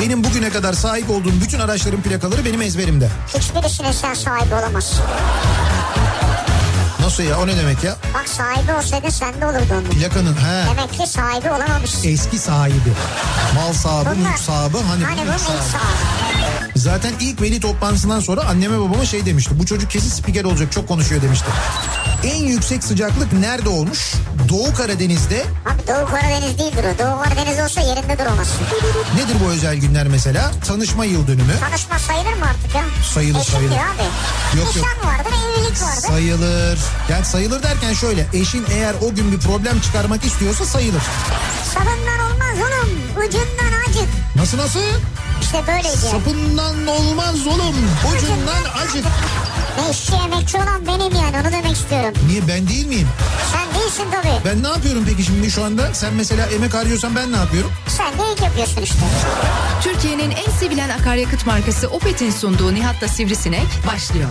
benim bugüne kadar sahip olduğum bütün araçların plakaları benim ezberimde. Hiçbirisine sen sahibi olamazsın. Nasıl ya o ne demek ya? Bak sahibi olsaydın sen de olurdu onun. Plakanın he Demek ki sahibi olamamışsın. eski sahibi. Mal sahibi, mülk sahibi. Hani, hani bu bunun mülk ilk sahibi. sahibi. Zaten ilk veli toplantısından sonra anneme babama şey demişti. Bu çocuk kesin spiker olacak çok konuşuyor demişti. En yüksek sıcaklık nerede olmuş? Doğu Karadeniz'de. Abi Doğu Karadeniz değildir o. Doğu Karadeniz olsa yerinde duramazsın. Nedir bu özel günler mesela? Tanışma yıl dönümü. Tanışma sayılır mı artık ya? Sayılır, Eşittir sayılır. abi. Yok, Nişan yok. vardır, evlilik vardır. Sayılır. Yani sayılır derken şöyle. Eşin eğer o gün bir problem çıkarmak istiyorsa sayılır. Sabından olmaz oğlum. Ucundan acık. Nasıl nasıl? İşte böyleydi. yani. Sapından olmaz oğlum. Ucundan acık. Ne işçi emekçi olan benim yani onu demek istiyorum. Niye ben değil miyim? Sen değilsin tabii. Ben ne yapıyorum peki şimdi şu anda? Sen mesela emek harcıyorsan ben ne yapıyorum? Sen de ilk yapıyorsun işte. Türkiye'nin en sevilen akaryakıt markası Opet'in sunduğu Nihat'la Sivrisinek başlıyor.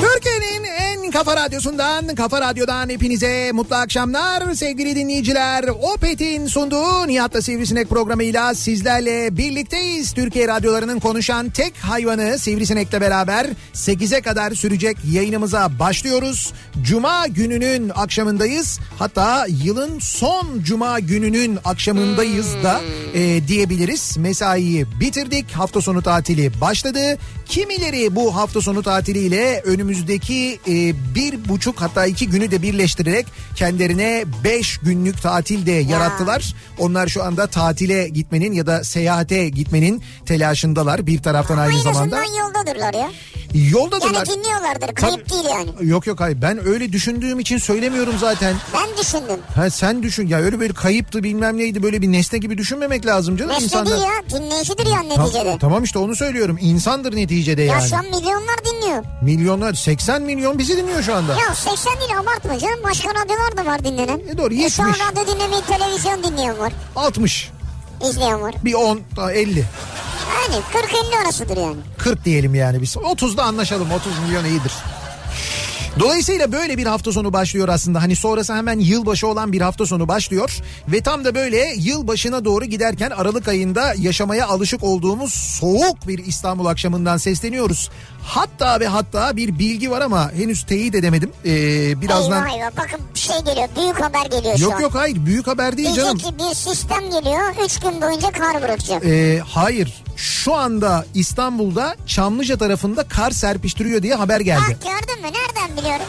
Türkiye'nin en kafa radyosundan, kafa radyodan hepinize mutlu akşamlar sevgili dinleyiciler. Opet'in sunduğu Nihat'la Sivrisinek programıyla sizlerle birlikteyiz. Türkiye radyolarının konuşan tek hayvanı Sivrisinek'le beraber 8'e kadar sürecek yayınımıza başlıyoruz. Cuma gününün akşamındayız. Hatta yılın son cuma gününün akşamındayız da e, diyebiliriz. Mesaiyi bitirdik. Hafta sonu tatili başladı. Kimileri bu hafta sonu tatiliyle önümüzdeki e, bir buçuk hatta iki günü de birleştirerek kendilerine beş günlük tatil de yarattılar. Onlar şu anda tatile gitmenin ya da seyahate gitmenin telaşındalar bir taraftan aynı en zamanda. azından yoldadırlar ya. Yoldadırlar. Yani dinliyorlardır. Kayıp değil yani. Yok yok hayır ben öyle düşündüğüm için söylemiyorum zaten. Ben düşündüm. Ha sen düşün ya öyle böyle kayıptı bilmem neydi böyle bir nesne gibi düşünmemek lazım canım Mesle insanlar. değil ya. Dinleyicidir ya Tam- neticede. tamam işte onu söylüyorum. İnsandır neticede Ya yani. şu an milyonlar dinliyor. Milyonlar 80 milyon bizi dinliyor şu anda. Ya 80 değil abartma canım. Başka radyolar da var dinlenen. E doğru, E şu an 70. radyo dinlemeyi televizyon dinleyen var. 60 izleyen var. bir 10 da 50 Yani 40-50 arasıdır yani. 40 diyelim yani biz. 30'da anlaşalım 30 milyon iyidir. Dolayısıyla böyle bir hafta sonu başlıyor aslında. Hani sonrası hemen yılbaşı olan bir hafta sonu başlıyor. Ve tam da böyle yılbaşına doğru giderken Aralık ayında yaşamaya alışık olduğumuz soğuk bir İstanbul akşamından sesleniyoruz. Hatta ve hatta bir bilgi var ama henüz teyit edemedim. Ee, birazdan... Eyvah eyvah bakın bir şey geliyor. Büyük haber geliyor şu an. Yok yok hayır büyük haber değil Diyecek canım. ki bir sistem geliyor. 3 gün boyunca kar bırakacak. Ee, hayır şu anda İstanbul'da Çamlıca tarafında kar serpiştiriyor diye haber Bak geldi. Ah, gördün mü? Nereden biliyorum?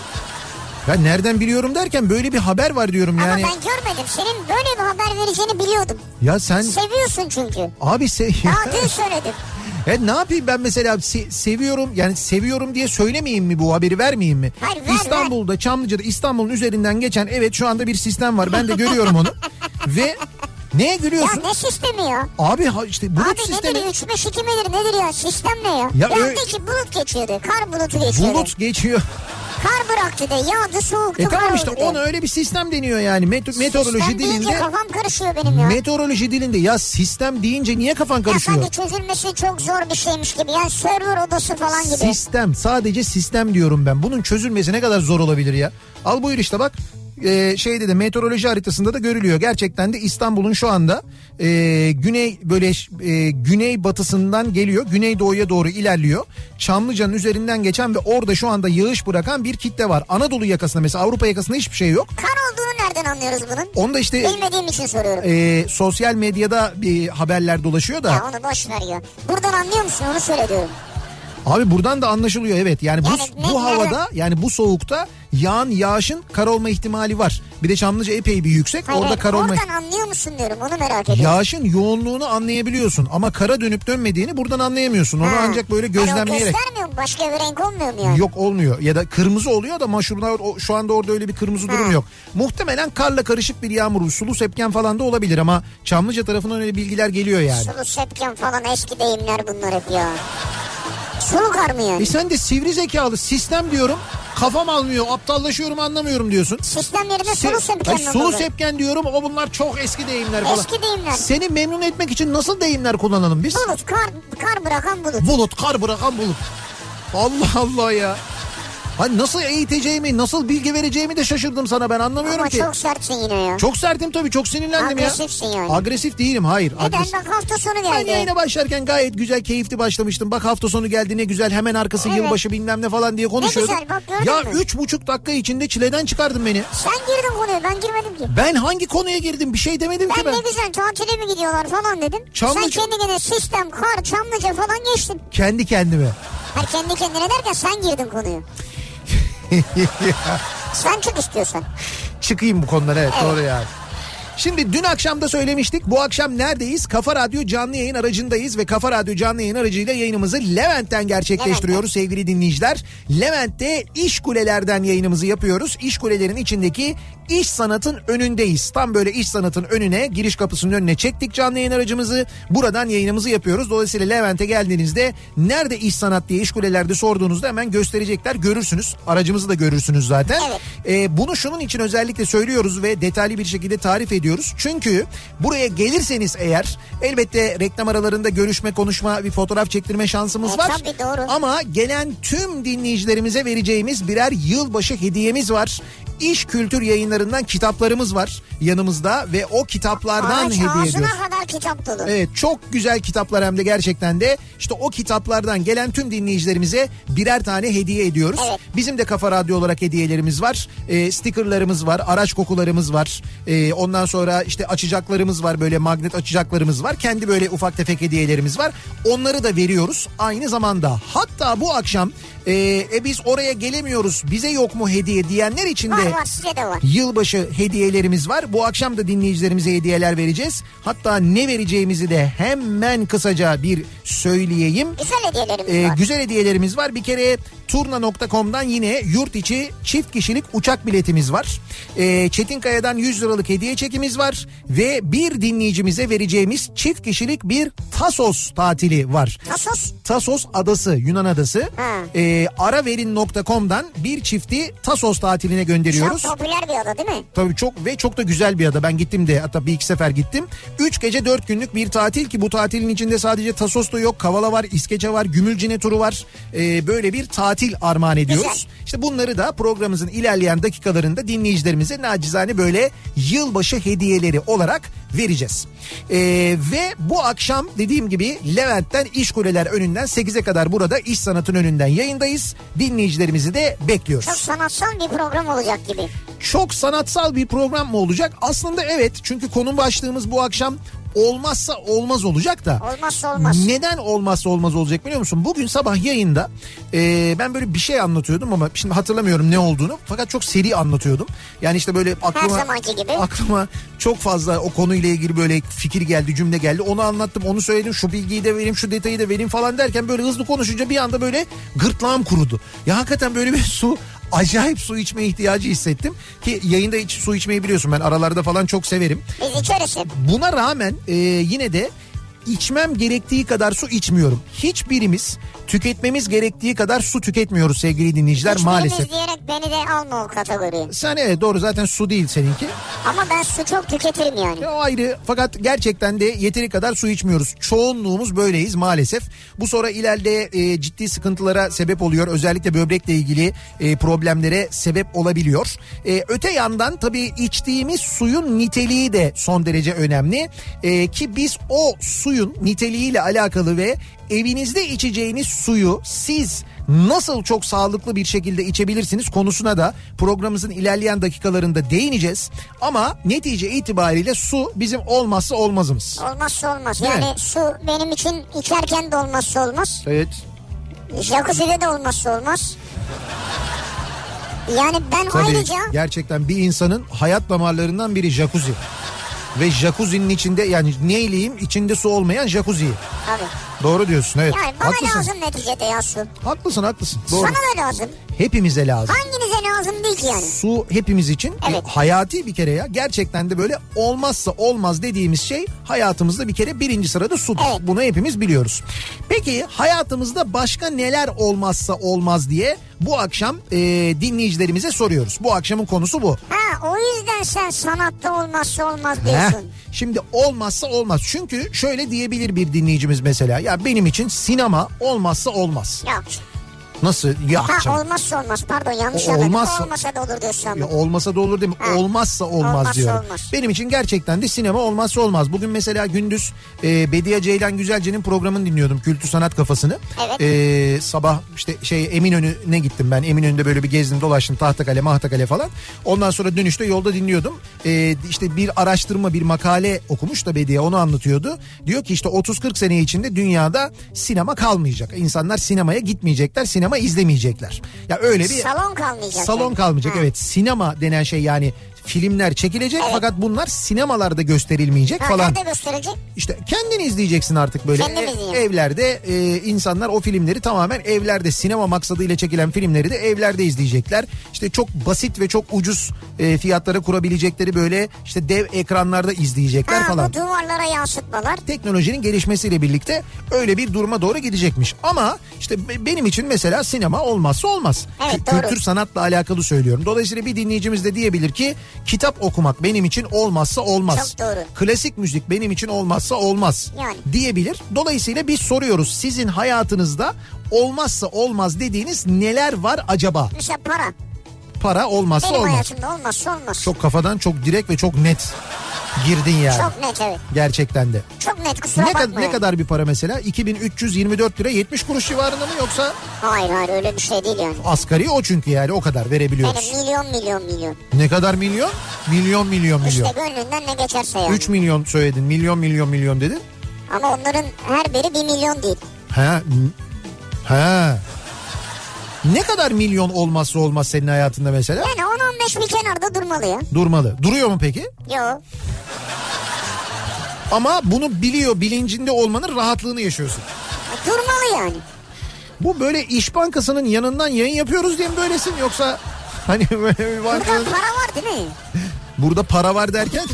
Ben nereden biliyorum derken böyle bir haber var diyorum yani. Ama ben görmedim. Senin böyle bir haber vereceğini biliyordum. Ya sen Seviyorsun çünkü. abi se şey- Daha dün söyledim. Ya ne yapayım ben mesela se- seviyorum yani seviyorum diye söylemeyeyim mi bu haberi vermeyeyim mi? Hayır, ver, ver. İstanbul'da Çamlıca'da İstanbul'un üzerinden geçen evet şu anda bir sistem var ben de görüyorum onu. Ve neye Ya gülüyorsun? ne sistemi ya? Abi ha- işte bulut Abi sistemi nedir 3 5 2 midir nedir ya? Sistem ne ya? Ya Ya, ö- de ki bulut geçiyordu. Kar bulutu geçiyordu. bulut geçiyor. Kar bıraktı de yağdı soğuktu. E kar tamam işte oldu de. ona öyle bir sistem deniyor yani Met- meteoroloji Sistem deyince dilinde. kafam karışıyor benim ya. Meteoroloji dilinde ya sistem deyince niye kafan Ya karışıyor? sanki çözülmesi çok zor bir şeymiş gibi. Yani server odası falan gibi. Sistem sadece sistem diyorum ben. Bunun çözülmesi ne kadar zor olabilir ya. Al buyur işte bak. Ee, şeyde de meteoroloji haritasında da görülüyor. Gerçekten de İstanbul'un şu anda e, güney böyle e, güney batısından geliyor. Güneydoğuya doğru ilerliyor. Çamlıca'nın üzerinden geçen ve orada şu anda yağış bırakan bir kitle var. Anadolu yakasında mesela Avrupa yakasında hiçbir şey yok. Kar olduğunu nereden anlıyoruz bunun? Onu da işte Bilmediğim için soruyorum. e, sosyal medyada bir haberler dolaşıyor da. ya onu boş ver ya. Buradan anlıyor musun onu söyle diyorum. Abi buradan da anlaşılıyor evet. Yani bu Yani ne- bu ne- havada yani bu soğukta yağan yağışın kar olma ihtimali var. Bir de Çamlıca epey bir yüksek. Hayır, Orada hayır, kar olma Oradan anlıyor musun diyorum onu merak ediyorum. Yağışın yoğunluğunu anlayabiliyorsun ama kara dönüp dönmediğini buradan anlayamıyorsun. Onu Ha. ancak böyle Hani o gözlemleyerek. göstermiyor mu? Başka bir renk olmuyor mu yani? Yok olmuyor ya da kırmızı oluyor da maşurlar o- şu anda orada öyle bir kırmızı durum Ha. yok. Muhtemelen karla karışık bir yağmur sulu sepken falan da olabilir ama Çamlıca tarafından öyle bilgiler geliyor yani. Sulu sepken falan eski deyimler bunlar hep ya. Sulu kar mı yani? E sen de sivri zekalı sistem diyorum kafam almıyor aptallaşıyorum anlamıyorum diyorsun. Sistem yerine Se- sulu sepken şey, Ay, mi sulu olur? sepken diyorum o bunlar çok eski deyimler falan. Eski deyimler. Seni memnun etmek için nasıl deyimler kullanalım biz? Bulut kar, kar bırakan bulut. Bulut kar bırakan bulut. Allah Allah ya. Hani nasıl eğiteceğimi, nasıl bilgi vereceğimi de şaşırdım sana ben anlamıyorum Ama ki. çok sertsin yine ya. Çok sertim tabii çok sinirlendim ya. Agresifsin yani. Agresif değilim hayır. Neden agresif- bak hafta sonu Ben geldi. yayına başlarken gayet güzel keyifli başlamıştım. Bak hafta sonu geldi ne güzel hemen arkası Evet. yılbaşı bilmem ne falan diye konuşuyordum. güzel, bak gördün ya mü? üç buçuk dakika içinde çileden çıkardın beni. Sen girdin konuya ben girmedim ki. Ben hangi konuya girdim bir şey demedim ki Ben, ben. ne güzel tatile mi gidiyorlar falan dedim. Çamlıca- Sen kendi kendine sistem, kar, çamlıca falan geçtin. Kendi kendime. Hayır kendi kendine derken sen girdin konuya. sen çık istiyorsan. çıkayım bu konulara evet, doğru yani. Şimdi dün akşam da söylemiştik. Bu akşam neredeyiz? Kafa Radyo canlı yayın aracındayız ve Kafa Radyo canlı yayın aracıyla yayınımızı Levent'ten gerçekleştiriyoruz sevgili dinleyiciler. Levent'te iş kulelerden yayınımızı yapıyoruz. İş kulelerin içindeki iş sanatın önündeyiz. Tam böyle iş sanatın önüne, giriş kapısının önüne çektik canlı yayın aracımızı. Buradan yayınımızı yapıyoruz. Dolayısıyla Levent'e geldiğinizde nerede iş sanat diye iş kulelerde sorduğunuzda hemen gösterecekler. Görürsünüz. Aracımızı da görürsünüz zaten. Evet. Ee, bunu şunun için özellikle söylüyoruz ve detaylı bir şekilde tarif ediyoruz. Çünkü buraya gelirseniz eğer elbette reklam aralarında görüşme, konuşma, bir fotoğraf çektirme şansımız E, var. tabii, doğru. Ama gelen tüm dinleyicilerimize vereceğimiz birer yılbaşı hediyemiz var. İş kültür yayınlarından kitaplarımız var yanımızda ve o kitaplardan Ağaç hediye Ee, ediyoruz. ağzına kadar kitap dolu. Evet çok güzel kitaplar hem de gerçekten de işte o kitaplardan gelen tüm dinleyicilerimize birer tane hediye ediyoruz. Evet. Bizim de Kafa Radyo olarak hediyelerimiz var. E, stickerlarımız var, araç kokularımız var. E, ondan sonra işte açacaklarımız var böyle magnet açacaklarımız var. Kendi böyle ufak tefek hediyelerimiz var. Onları da veriyoruz aynı zamanda. Hatta bu akşam e, e, biz oraya gelemiyoruz bize yok mu hediye diyenler için de Var var size de var. yılbaşı hediyelerimiz var. Bu akşam da dinleyicilerimize hediyeler vereceğiz. Hatta ne vereceğimizi de hemen kısaca bir söyleyeyim. Güzel hediyelerimiz Ee, var. güzel hediyelerimiz var. Bir kere turna.com'dan yine yurt içi çift kişilik uçak biletimiz var. Ee, Çetinkaya'dan 100 liralık hediye çekimiz var. Ve bir dinleyicimize vereceğimiz çift kişilik bir Tasos tatili var. Tasos. Tasos adası Yunan adası. Ha. Ee, araverin.com'dan bir çifti Tasos tatiline gönderiyoruz. Çok popüler bir ada değil mi? Tabii çok ve çok da güzel bir ada. Ben gittim de hatta bir iki sefer gittim. Üç gece dört günlük bir tatil ki bu tatilin içinde sadece Tasos da yok. Kavala var, İskeçe var, Gümülcine turu var. Ee, böyle bir tatil armağan ediyoruz. Güzel. İşte bunları da programımızın ilerleyen dakikalarında dinleyicilerimize nacizane böyle yılbaşı hediyeleri olarak vereceğiz. Ee, ve bu akşam dediğim gibi Levent'ten İş Kuleler önünden 8'e kadar burada İş Sanat'ın önünden yayındayız. Dinleyicilerimizi de bekliyoruz Çok sanatsal bir program olacak gibi. çok sanatsal bir program mı olacak? Aslında evet çünkü konu başlığımız bu akşam olmazsa olmaz olacak da. Olmazsa olmaz. Neden olmazsa olmaz olacak biliyor musun? Bugün sabah yayında e, ben böyle bir şey anlatıyordum ama şimdi hatırlamıyorum ne olduğunu. Fakat çok seri anlatıyordum. Yani işte böyle aklıma, zamanki gibi. aklıma çok fazla o konuyla ilgili böyle fikir geldi cümle geldi. Onu anlattım onu söyledim şu bilgiyi de vereyim şu detayı da vereyim falan derken böyle hızlı konuşunca bir anda böyle gırtlağım kurudu. Ya hakikaten böyle bir su acayip su içme ihtiyacı hissettim. Ki yayında hiç su içmeyi biliyorsun ben aralarda falan çok severim. Biz içeriz hep. Buna rağmen e, yine de içmem gerektiği kadar su içmiyorum. Hiçbirimiz tüketmemiz gerektiği kadar su tüketmiyoruz sevgili dinleyiciler Hiçbirimiz maalesef. diyerek beni de alma o kategoriye. Sen evet doğru zaten su değil seninki. Ama ben su çok tüketirim yani. Ya O ayrı fakat gerçekten de yeteri kadar su içmiyoruz. Çoğunluğumuz böyleyiz maalesef. Bu sonra ileride e, ciddi sıkıntılara sebep oluyor. Özellikle böbrekle ilgili e, problemlere sebep olabiliyor. E, öte yandan tabii içtiğimiz suyun niteliği de son derece önemli. E, ki biz o suyun niteliğiyle alakalı ve evinizde içeceğiniz suyu siz nasıl çok sağlıklı bir şekilde içebilirsiniz konusuna da programımızın ilerleyen dakikalarında değineceğiz. Ama netice itibariyle su bizim olmazsa olmazımız. Olmazsa olmaz. Değil mi? Yani su benim için içerken de olmazsa olmaz. Evet. Jacuzzi'de de olmazsa olmaz. Yani ben Tabii ayrıca gerçekten bir insanın hayat damarlarından biri jacuzzi. Ve jacuzzi'nin içinde yani neyleyim içinde su olmayan jacuzzi. tabii. Doğru diyorsun evet. Yani bana haklısın. lazım neticede ya su. Haklısın haklısın. Doğru. Sana da lazım. Hepimize lazım. Hanginize lazım değil ki yani. Su hepimiz için Evet. e, hayati bir kere ya. Gerçekten de böyle olmazsa olmaz dediğimiz şey hayatımızda bir kere birinci sırada sudur. Evet. Bunu hepimiz biliyoruz. Peki hayatımızda başka neler olmazsa olmaz diye bu akşam e, dinleyicilerimize soruyoruz. Bu akşamın konusu bu. Ha o yüzden sen sanatta olmazsa olmaz Heh, diyorsun. Şimdi olmazsa olmaz. Çünkü şöyle diyebilir bir dinleyicimiz mesela. Ya benim için sinema olmazsa olmaz. Yok. Nasıl? Ya Ha canım. olmazsa olmaz pardon yanlış O- anladım. olmazsa- Olmasa da olur diyorsun ama. Ya olmasa da olur değil mi? Ha. Olmazsa olmaz Olmazsa diyorum. olmaz. Benim için gerçekten de sinema olmazsa olmaz. Bugün mesela gündüz e, Bediye Ceylan Güzelce'nin programını dinliyordum. Kültür Sanat Kafasını. Evet. E, sabah işte şey Eminönü'ne gittim ben. Eminönü'nde böyle bir gezdim dolaştım. Tahtakale, Mahtakale falan. Ondan sonra dönüşte yolda dinliyordum. E, işte bir araştırma, bir makale okumuş da Bediye onu anlatıyordu. Diyor ki işte 30-40 sene içinde dünyada sinema kalmayacak. İnsanlar sinemaya gitmeyecekler, sinema izlemeyecekler. Ya öyle bir Salon kalmayacak. Salon yani. kalmayacak Ha. evet. Sinema denen şey yani filmler çekilecek Evet. fakat bunlar sinemalarda gösterilmeyecek Ha, falan. Nerede gösterecek? İşte kendini izleyeceksin artık böyle. Kendim E- izleyeyim. evlerde e, insanlar o filmleri tamamen evlerde sinema maksadıyla çekilen filmleri de evlerde izleyecekler. İşte çok basit ve çok ucuz e, fiyatlara kurabilecekleri böyle işte dev ekranlarda izleyecekler Ha falan bu duvarlara yansıtmalar. teknolojinin gelişmesiyle birlikte öyle bir duruma doğru gidecekmiş. Ama işte be- benim için mesela sinema olmazsa olmaz. Evet, Kü- doğru. Kültür sanatla alakalı söylüyorum. Dolayısıyla bir dinleyicimiz de diyebilir ki kitap okumak benim için olmazsa olmaz. Çok doğru. Klasik müzik benim için olmazsa olmaz Yani. diyebilir. Dolayısıyla biz soruyoruz sizin hayatınızda olmazsa olmaz dediğiniz neler var acaba? Mesela para. Para olmazsa Benim olmaz. hayatımda olmazsa olmaz. Çok kafadan çok direkt ve çok net girdin yani. Çok net evet. Gerçekten de. Çok net kusura Ne, bakma. kad- ne yani. kadar bir para mesela? 2324 lira 70 kuruş civarında mı yoksa Hayır hayır öyle bir şey değil yani. asgari o çünkü yani o kadar verebiliyoruz. Benim milyon milyon milyon. Ne kadar milyon? Milyon milyon milyon. İşte gönlünden ne geçerse yani. 3 milyon söyledin. Milyon milyon milyon dedin. Ama onların her biri bir milyon değil. He. m- He. Ne kadar milyon olmazsa olmaz senin hayatında mesela? Yani 10-15 bir kenarda durmalı ya. Durmalı. Duruyor mu peki? Yo. Ama bunu biliyor, bilincinde olmanın rahatlığını yaşıyorsun. Durmalı yani. Bu böyle İş Bankası'nın yanından yayın yapıyoruz diye mi böylesin yoksa hani böyle bir Burada bankanın- para var değil mi? Burada para var derken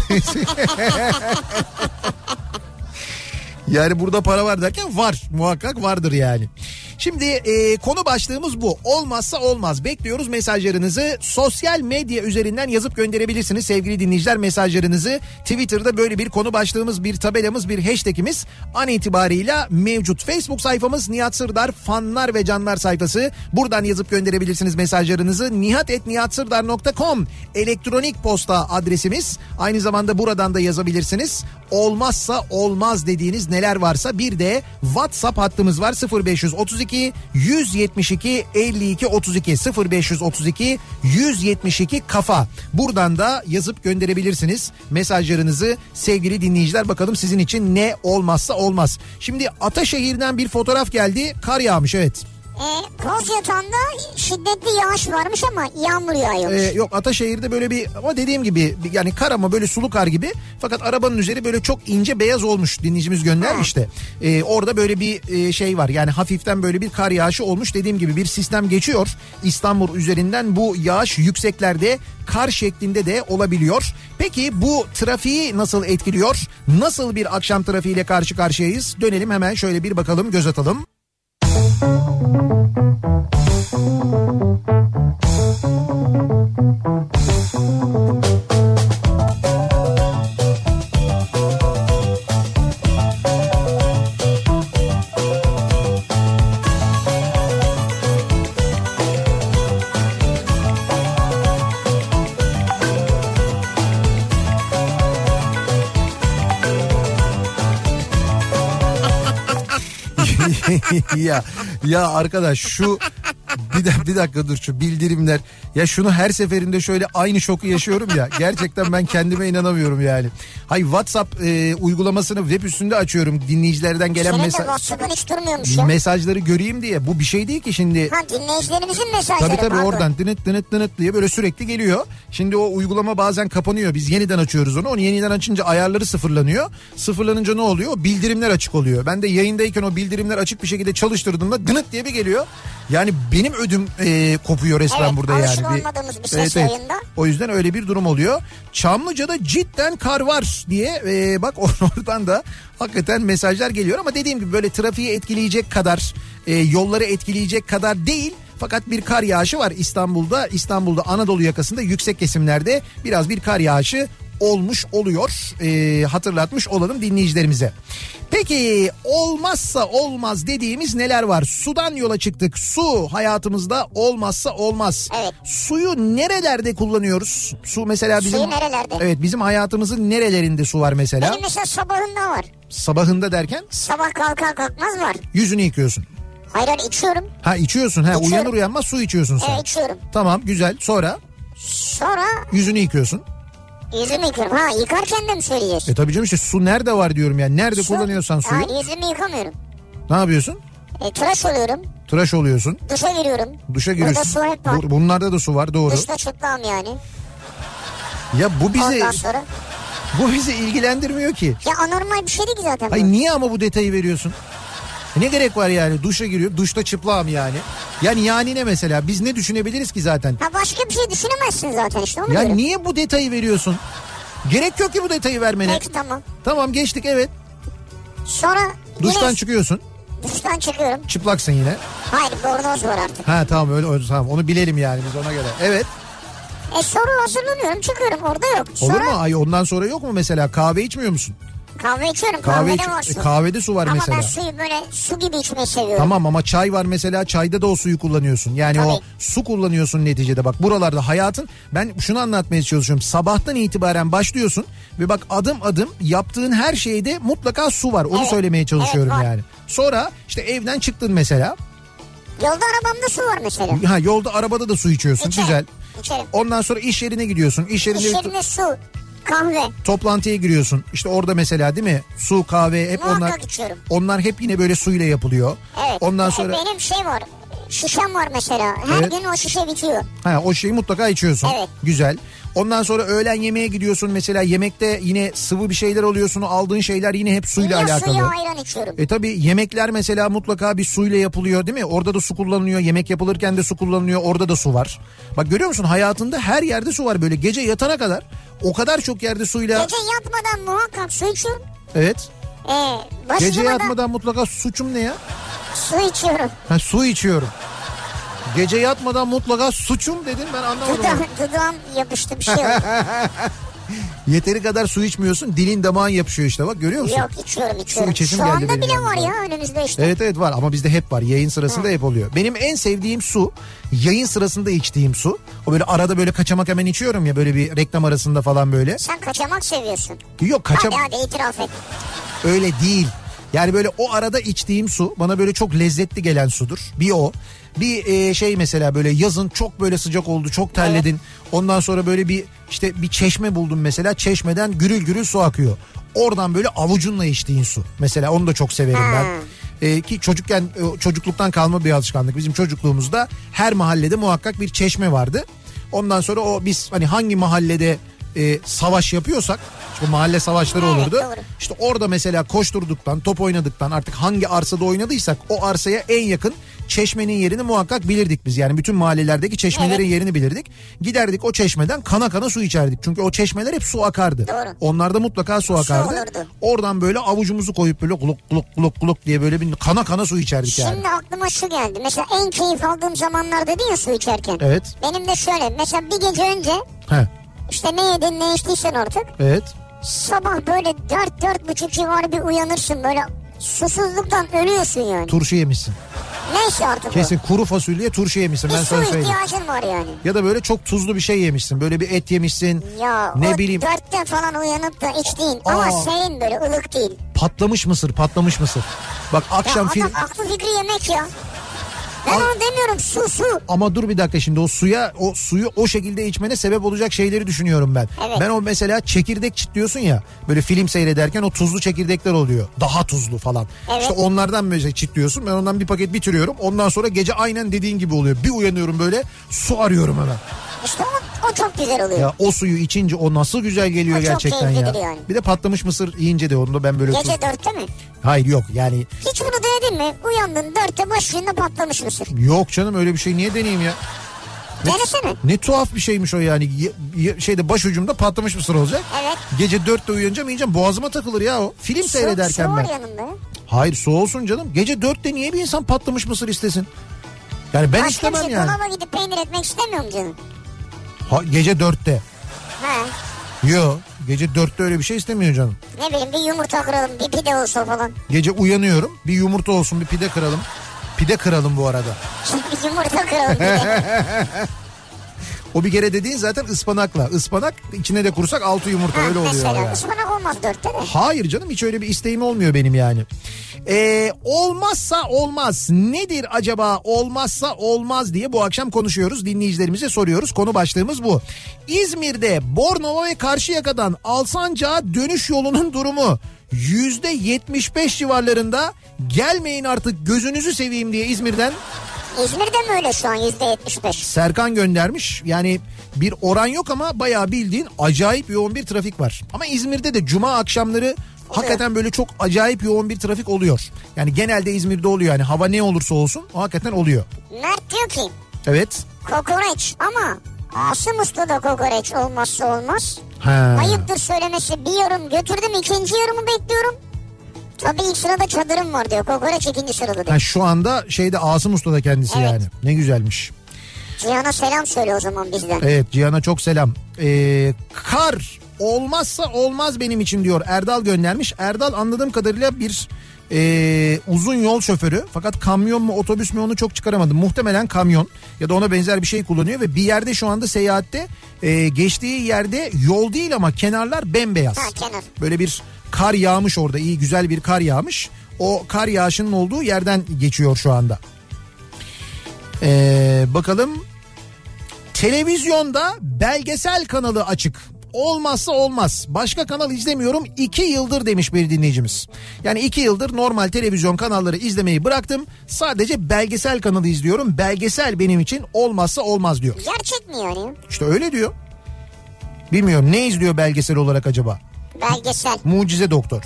Yani burada para var derken var muhakkak vardır yani. Şimdi e, konu başlığımız bu. Olmazsa olmaz. Bekliyoruz mesajlarınızı. Sosyal medya üzerinden yazıp gönderebilirsiniz sevgili dinleyiciler mesajlarınızı. Twitter'da böyle bir konu başlığımız, bir tabelamız, bir hashtagimiz an itibarıyla mevcut. Facebook sayfamız Nihat Sırdar fanlar ve canlar sayfası. Buradan yazıp gönderebilirsiniz mesajlarınızı. nihat@nihatsırdar.com elektronik posta adresimiz. Aynı zamanda buradan da yazabilirsiniz. Olmazsa olmaz dediğiniz neler varsa bir de WhatsApp hattımız var 0532 172 52 32 0532 172 kafa. Buradan da yazıp gönderebilirsiniz mesajlarınızı sevgili dinleyiciler bakalım sizin için ne olmazsa olmaz. Şimdi Ataşehir'den bir fotoğraf geldi. Kar yağmış evet. E, koz yatağında şiddetli yağış varmış ama yağmur yağıyormuş. Ee, yok Ataşehir'de böyle bir ama dediğim gibi bir- yani kar ama böyle sulu kar gibi. Fakat arabanın üzeri böyle çok ince beyaz olmuş dinleyicimiz göndermiş de. Ee, orada böyle bir e, şey var yani hafiften böyle bir kar yağışı olmuş. Dediğim gibi bir sistem geçiyor İstanbul üzerinden bu yağış yükseklerde kar şeklinde de olabiliyor. Peki bu trafiği nasıl etkiliyor? Nasıl bir akşam trafiğiyle karşı karşıyayız? Dönelim hemen şöyle bir bakalım göz atalım. ya ya arkadaş şu bir, dak- bir dakika dur şu bildirimler. Ya şunu her seferinde şöyle aynı şoku yaşıyorum ya. Gerçekten ben kendime inanamıyorum yani. Hay WhatsApp e, uygulamasını web üstünde açıyorum dinleyicilerden gelen Senin de mesaj WhatsApp'ın hiç durmuyormuş ya. mesajları göreyim diye. Bu bir şey değil ki şimdi. Ha dinleyicilerimizin mesajları. Tabii tabii pardon. oradan dınıt dınıt dınıt diye böyle sürekli geliyor. Şimdi o uygulama bazen kapanıyor. Biz yeniden açıyoruz onu. Onu yeniden açınca ayarları sıfırlanıyor. Sıfırlanınca ne oluyor? O Bildirimler açık oluyor. Ben de yayındayken o bildirimler açık bir şekilde çalıştırdığımda dınıt diye bir geliyor. Yani benim ödüm e, kopuyor resmen Evet, burada yani. alışık olmadığımız bir ses yayında. O yüzden öyle bir durum oluyor. Çamlıca'da cidden kar var diye e, bak oradan da hakikaten mesajlar geliyor. Ama dediğim gibi böyle trafiği etkileyecek kadar e, yolları etkileyecek kadar değil. Fakat bir kar yağışı var İstanbul'da. İstanbul'da Anadolu yakasında yüksek kesimlerde biraz bir kar yağışı olmuş oluyor. E, hatırlatmış olalım dinleyicilerimize. Peki olmazsa olmaz dediğimiz neler var? Sudan yola çıktık. Su hayatımızda olmazsa olmaz. Evet. Suyu nerelerde kullanıyoruz? Su mesela bizim Suyu nerelerde? Evet, bizim hayatımızın nerelerinde su var mesela? Benim mesela sabahında var. Sabahında derken Sabah kalkar kalkmaz var. yüzünü yıkıyorsun. Hayır hayır içiyorum. Ha içiyorsun. Ha İçiyorum. uyanır uyanmaz su içiyorsun sen. Evet içiyorum. Tamam güzel. Sonra Sonra yüzünü yıkıyorsun. yüzümü yıkıyorum. Ha yıkarken de mi söylüyorsun? E tabii canım işte su nerede var diyorum yani. Nerede Su- E, kullanıyorsan suyu. Hayır yüzümü yıkamıyorum. Ne yapıyorsun? E, tıraş oluyorum. Tıraş oluyorsun. Duşa giriyorum. Duşa Burada giriyorsun. su hep var. Bu- Bunlarda da su var doğru. Duşta çıtlağım yani. Ya bu bizi Ondan sonra. bu bizi ilgilendirmiyor ki. Ya anormal bir şey değil ki zaten. bu. Hayır niye ama bu detayı veriyorsun? Ne gerek var yani duşa giriyor duşta çıplağım yani. Yani yani ne mesela biz ne düşünebiliriz ki zaten? Ha başka bir şey düşünemezsin zaten işte onu Ya diyorum. niye bu detayı veriyorsun? Gerek yok ki bu detayı vermene. Peki tamam. Tamam geçtik evet. Sonra Duştan yine çıkıyorsun. duştan çıkıyorum. Çıplaksın yine. Hayır bornoz var artık. Ha tamam öyle, öyle tamam onu bilelim yani biz ona göre. Evet. E sonra hazırlanıyorum çıkıyorum orada yok. Olur Sonra mu? Ay ondan sonra yok mu mesela kahve içmiyor musun? kahve içiyorum Kahve kahvede iç- var su. e, kahvede su var Ama mesela. ben suyu böyle su gibi içmeyi seviyorum. Tamam ama çay var mesela çayda da o suyu kullanıyorsun. Yani o Tabii. su kullanıyorsun neticede bak buralarda hayatın ben şunu anlatmaya çalışıyorum. Sabahtan itibaren başlıyorsun ve bak adım adım yaptığın her şeyde mutlaka su var. Onu Evet. söylemeye çalışıyorum Evet, var. yani. Sonra işte evden çıktın mesela. Yolda arabamda su var mesela. Ha yolda arabada da su içiyorsun. İçerim, Güzel. İçerim. Ondan sonra iş yerine gidiyorsun. İş yerinde bir İş to- yerinde su, kahve. toplantıya giriyorsun. İşte orada mesela değil mi? Su, kahve hep Muhakkak onlar içiyorum. onlar hep yine böyle suyla yapılıyor. Evet. Ondan E, sonra Benim şey var. Şişem var mesela. Her Evet. gün o şişe bitiyor. Ha o şeyi mutlaka içiyorsun. Evet. Güzel. Ondan sonra öğlen yemeğe gidiyorsun mesela yemekte yine sıvı bir şeyler alıyorsun. O Aldığın şeyler yine hep suyla ya alakalı. suyu ayran içiyorum. E tabi yemekler mesela mutlaka bir suyla yapılıyor değil mi? Orada da su kullanılıyor. Yemek yapılırken de su kullanılıyor. Orada da su var. Bak görüyor musun hayatında her yerde su var böyle gece yatana kadar. O kadar çok yerde suyla. Gece yatmadan muhakkak su içiyorum. Evet. E, başıma Gece da yatmadan mutlaka suçum ne ya? su içiyorum. Ha, su içiyorum. Gece yatmadan mutlaka suçum dedin ben anlamadım. Duda, dudağım yapıştı bir şey oldu. Yeteri kadar su içmiyorsun dilin damağın yapışıyor işte bak görüyor musun? şey Yok içiyorum içiyorum. içesim Şu geldi anda benim bile yalnız var abi. ya önümüzde işte. Evet evet var ama bizde hep var yayın sırasında hep oluyor. Benim en sevdiğim su yayın sırasında içtiğim su. O böyle arada böyle kaçamak hemen içiyorum ya böyle bir reklam arasında falan böyle. Sen kaçamak seviyorsun. Yok kaçam Hadi hadi itiraf et. öyle değil. Yani böyle o arada içtiğim su bana böyle çok lezzetli gelen sudur. Bir o. Bir e, şey mesela böyle yazın çok böyle sıcak oldu çok terledin. Ondan sonra böyle bir işte bir çeşme buldun mesela çeşmeden gürül gürül su akıyor. Oradan böyle avucunla içtiğin su. Mesela onu da çok severim ben. Hmm. E, ki çocukken e, çocukluktan kalma bir alışkanlık. Bizim çocukluğumuzda her mahallede muhakkak bir çeşme vardı. Ondan sonra o biz hani hangi mahallede e, savaş yapıyorsak çünkü mahalle savaşları Evet, olurdu. doğru. İşte orada mesela koşturduktan, top oynadıktan artık hangi arsada oynadıysak o arsaya en yakın çeşmenin yerini muhakkak bilirdik biz. Yani bütün mahallelerdeki çeşmelerin yerini bilirdik. Giderdik o çeşmeden kana kana su içerdik. Çünkü o çeşmeler hep su akardı. Doğru. Onlarda mutlaka su akardı. olurdu. Oradan böyle avucumuzu koyup böyle gluk gluk gluk gluk diye böyle bir kana kana su içerdik yani. Şimdi aklıma şu geldi. Mesela en keyif aldığım zamanlar dedin ya su içerken. Evet. Benim de şöyle. Mesela bir gece önce He. işte ne yedin ne içtiysen artık. Evet. Sabah böyle dört dört buçuk civarı bir uyanırsın böyle. Susuzluktan ölüyorsun yani. Turşu yemişsin. Neyse artık Kesin kuru fasulye turşu yemişsin. o. Ben Bir su sana söyleyeyim. ihtiyacın var yani. Ya da böyle çok tuzlu bir şey yemişsin. Böyle bir et yemişsin. Ya ne o bileyim dörtte falan uyanıp da içtiğin Aa. ama şeyin böyle ılık değil. patlamış mısır patlamış mısır. Bak Ya akşam adam film aklı fikri yemek ya. Ben onu demiyorum su su. Ama dur bir dakika şimdi o suya o suyu o şekilde içmene sebep olacak şeyleri düşünüyorum ben. Evet. Ben o mesela çekirdek çitliyorsun ya böyle film seyrederken o tuzlu çekirdekler oluyor. Daha tuzlu falan. Evet. İşte onlardan mesela çitliyorsun ben ondan bir paket bitiriyorum. Ondan sonra gece aynen dediğin gibi oluyor. Bir uyanıyorum böyle su arıyorum hemen. İşte o, o çok güzel oluyor. Ya o suyu içince o nasıl güzel geliyor O çok gerçekten ya. keyiflidir yani. Bir de patlamış mısır yiyince de onu da ben böyle tuz- Gece dörtte mi? Hayır yok yani Hiç bunu denedin mi? Uyandın dörtte başlığında patlamış mısır. yok canım öyle bir şey niye deneyeyim ya. Denesene. Ne tuhaf bir şeymiş o yani. Ye- ye- şeyde başucumda patlamış mısır olacak. Evet. Gece dörtte uyuyacağım yiyeceğim boğazıma takılır ya o. Film Su- seyrederken su var ben. yanında. ya. Hayır su olsun canım. Gece dörtte niye bir insan patlamış mısır istesin? Yani ben Başka bir istemem şey yani. dolaba gidip peynir ekmek istemiyorum canım. Ha, gece dörtte. Ha. Yo gece dörtte öyle bir şey istemiyor canım. Ne bileyim bir yumurta kıralım bir pide olsa falan. Gece uyanıyorum bir yumurta olsun bir pide kıralım. Pide kıralım bu arada. Şimdi yumurta kıralım bir de. O bir kere dediğin zaten ıspanakla. Ispanak içine de kursak altı yumurta Ha, öyle oluyor. mesela yani. ıspanak olmaz dörtte de. Hayır canım hiç öyle bir isteğim olmuyor benim yani. Ee, olmazsa olmaz nedir acaba olmazsa olmaz diye bu akşam konuşuyoruz dinleyicilerimize soruyoruz konu başlığımız bu. İzmir'de Bornova ve Karşıyaka'dan Alsancak'a dönüş yolunun durumu yüzde 75 civarlarında gelmeyin artık gözünüzü seveyim diye İzmir'den İzmir'de mi öyle şu an yüzde yetmiş beş? Serkan göndermiş. Yani bir oran yok ama bayağı bildiğin acayip yoğun bir trafik var. Ama İzmir'de de cuma akşamları hakikaten böyle çok acayip yoğun bir trafik oluyor. Yani genelde İzmir'de oluyor yani hava ne olursa olsun o hakikaten oluyor. Mert diyor ki Evet. kokoreç ama Asım Usta'da kokoreç olmazsa olmaz. Ha. Ayıptır söylemesi bir yorum götürdüm ikinci yorumu bekliyorum. Tabii ilk sırada çadırım var diyor. Kokoreç ikinci sırada diyor. Ha, şu anda şeyde Asım Usta da kendisi Evet. yani. Ne güzelmiş. Cihan'a selam söyle o zaman bizden. Evet Cihan'a çok selam. Ee, kar olmazsa olmaz benim için diyor Erdal göndermiş. Erdal anladığım kadarıyla bir e, uzun yol şoförü fakat kamyon mu otobüs mü onu çok çıkaramadım. Muhtemelen kamyon ya da ona benzer bir şey kullanıyor ve bir yerde şu anda seyahatte e, geçtiği yerde yol değil ama kenarlar bembeyaz. Ha, kenar. Böyle bir kar yağmış orada iyi güzel bir kar yağmış. O kar yağışının olduğu yerden geçiyor şu anda. Ee, bakalım televizyonda belgesel kanalı açık. Olmazsa olmaz. Başka kanal izlemiyorum. iki yıldır demiş bir dinleyicimiz. Yani iki yıldır normal televizyon kanalları izlemeyi bıraktım. Sadece belgesel kanalı izliyorum. Belgesel benim için olmazsa olmaz diyor. Gerçek mi yani? İşte öyle diyor. Bilmiyorum ne izliyor belgesel olarak acaba? Belgesel. Mucize Doktor.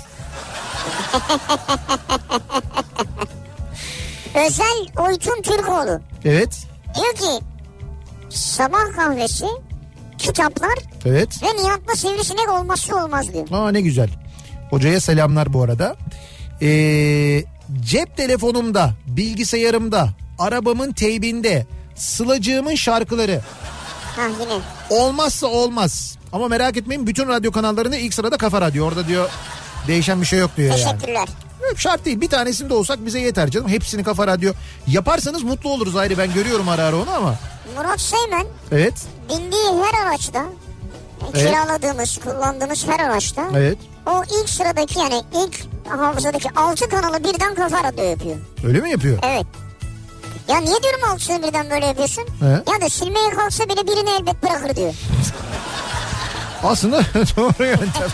Özel Oytun Türkoğlu. Evet. Diyor ki sabah kahvesi, kitaplar Evet. ve Nihat'la sivrisinek olmazsa olmaz diyor. Aa ne güzel. Hocaya selamlar bu arada. Ee, cep telefonumda, bilgisayarımda, arabamın teybinde, sılacığımın şarkıları Ha yine. Ee. olmazsa olmaz. Ama merak etmeyin bütün radyo kanallarında ilk sırada Kafa Radyo. Orada diyor değişen bir şey yok diyor yani. Teşekkürler. Yok, Şart değil bir tanesinde olsak bize yeter canım. Hepsini Kafa Radyo yaparsanız mutlu oluruz ayrı ben görüyorum ara ara onu ama. Murat Seymen Evet. bindiği her araçta e, Evet. kiraladığımız, kullandığımız her araçta Evet. o ilk sıradaki yani ilk hafızadaki 6 kanalı birden kafa radyo yapıyor. Öyle mi yapıyor? Evet. Ya niye diyorum altısını birden böyle yapıyorsun? He. Ya da silmeye kalksa bile birini elbet bırakır diyor. Aslında doğru yöntem.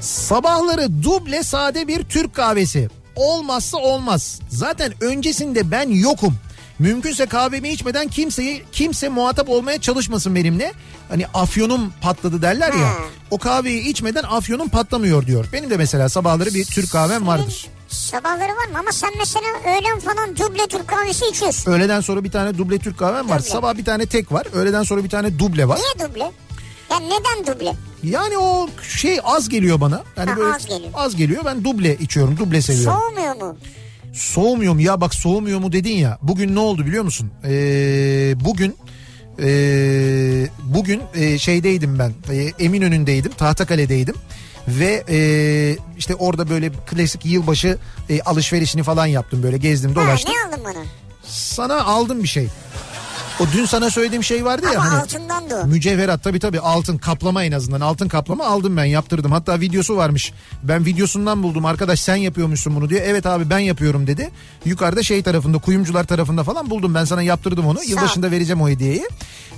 Sabahları duble sade bir Türk kahvesi. Olmazsa olmaz. Zaten öncesinde ben yokum. Mümkünse kahvemi içmeden kimseyi kimse muhatap olmaya çalışmasın benimle. Hani afyonum patladı derler ya. Ha. O kahveyi içmeden afyonum patlamıyor diyor. Benim de mesela sabahları bir Türk kahvem vardır. Sabahları var mı? Ama sen mesela öğlen falan duble Türk kahvesi içiyorsun. Öğleden sonra bir tane duble Türk kahvem var. Duble. Sabah bir tane tek var. Öğleden sonra bir tane duble var. Niye duble? Ya neden duble? Yani o şey az geliyor bana. Yani Ha, böyle az geliyor. az geliyor. Ben duble içiyorum. Duble seviyorum. Soğumuyor mu? soğumuyor mu ya bak soğumuyor mu dedin ya. Bugün ne oldu biliyor musun? Ee, bugün ee, bugün ee, şeydeydim ben. Ee, Eminönü'ndeydim. Tahtakale'deydim. Ve ee, işte orada böyle klasik yılbaşı ee, alışverişini falan yaptım. Böyle gezdim Ha, dolaştım. ne aldın bana? Sana aldım bir şey. O dün sana söylediğim şey vardı ya. Ama hani- altından da o. Mücevherat tabii tabii altın kaplama en azından altın kaplama aldım ben yaptırdım hatta videosu varmış ben videosundan buldum arkadaş sen yapıyormuşsun bunu diyor evet abi ben yapıyorum dedi yukarıda şey tarafında kuyumcular tarafında falan buldum ben sana yaptırdım onu yılbaşında vereceğim o hediyeyi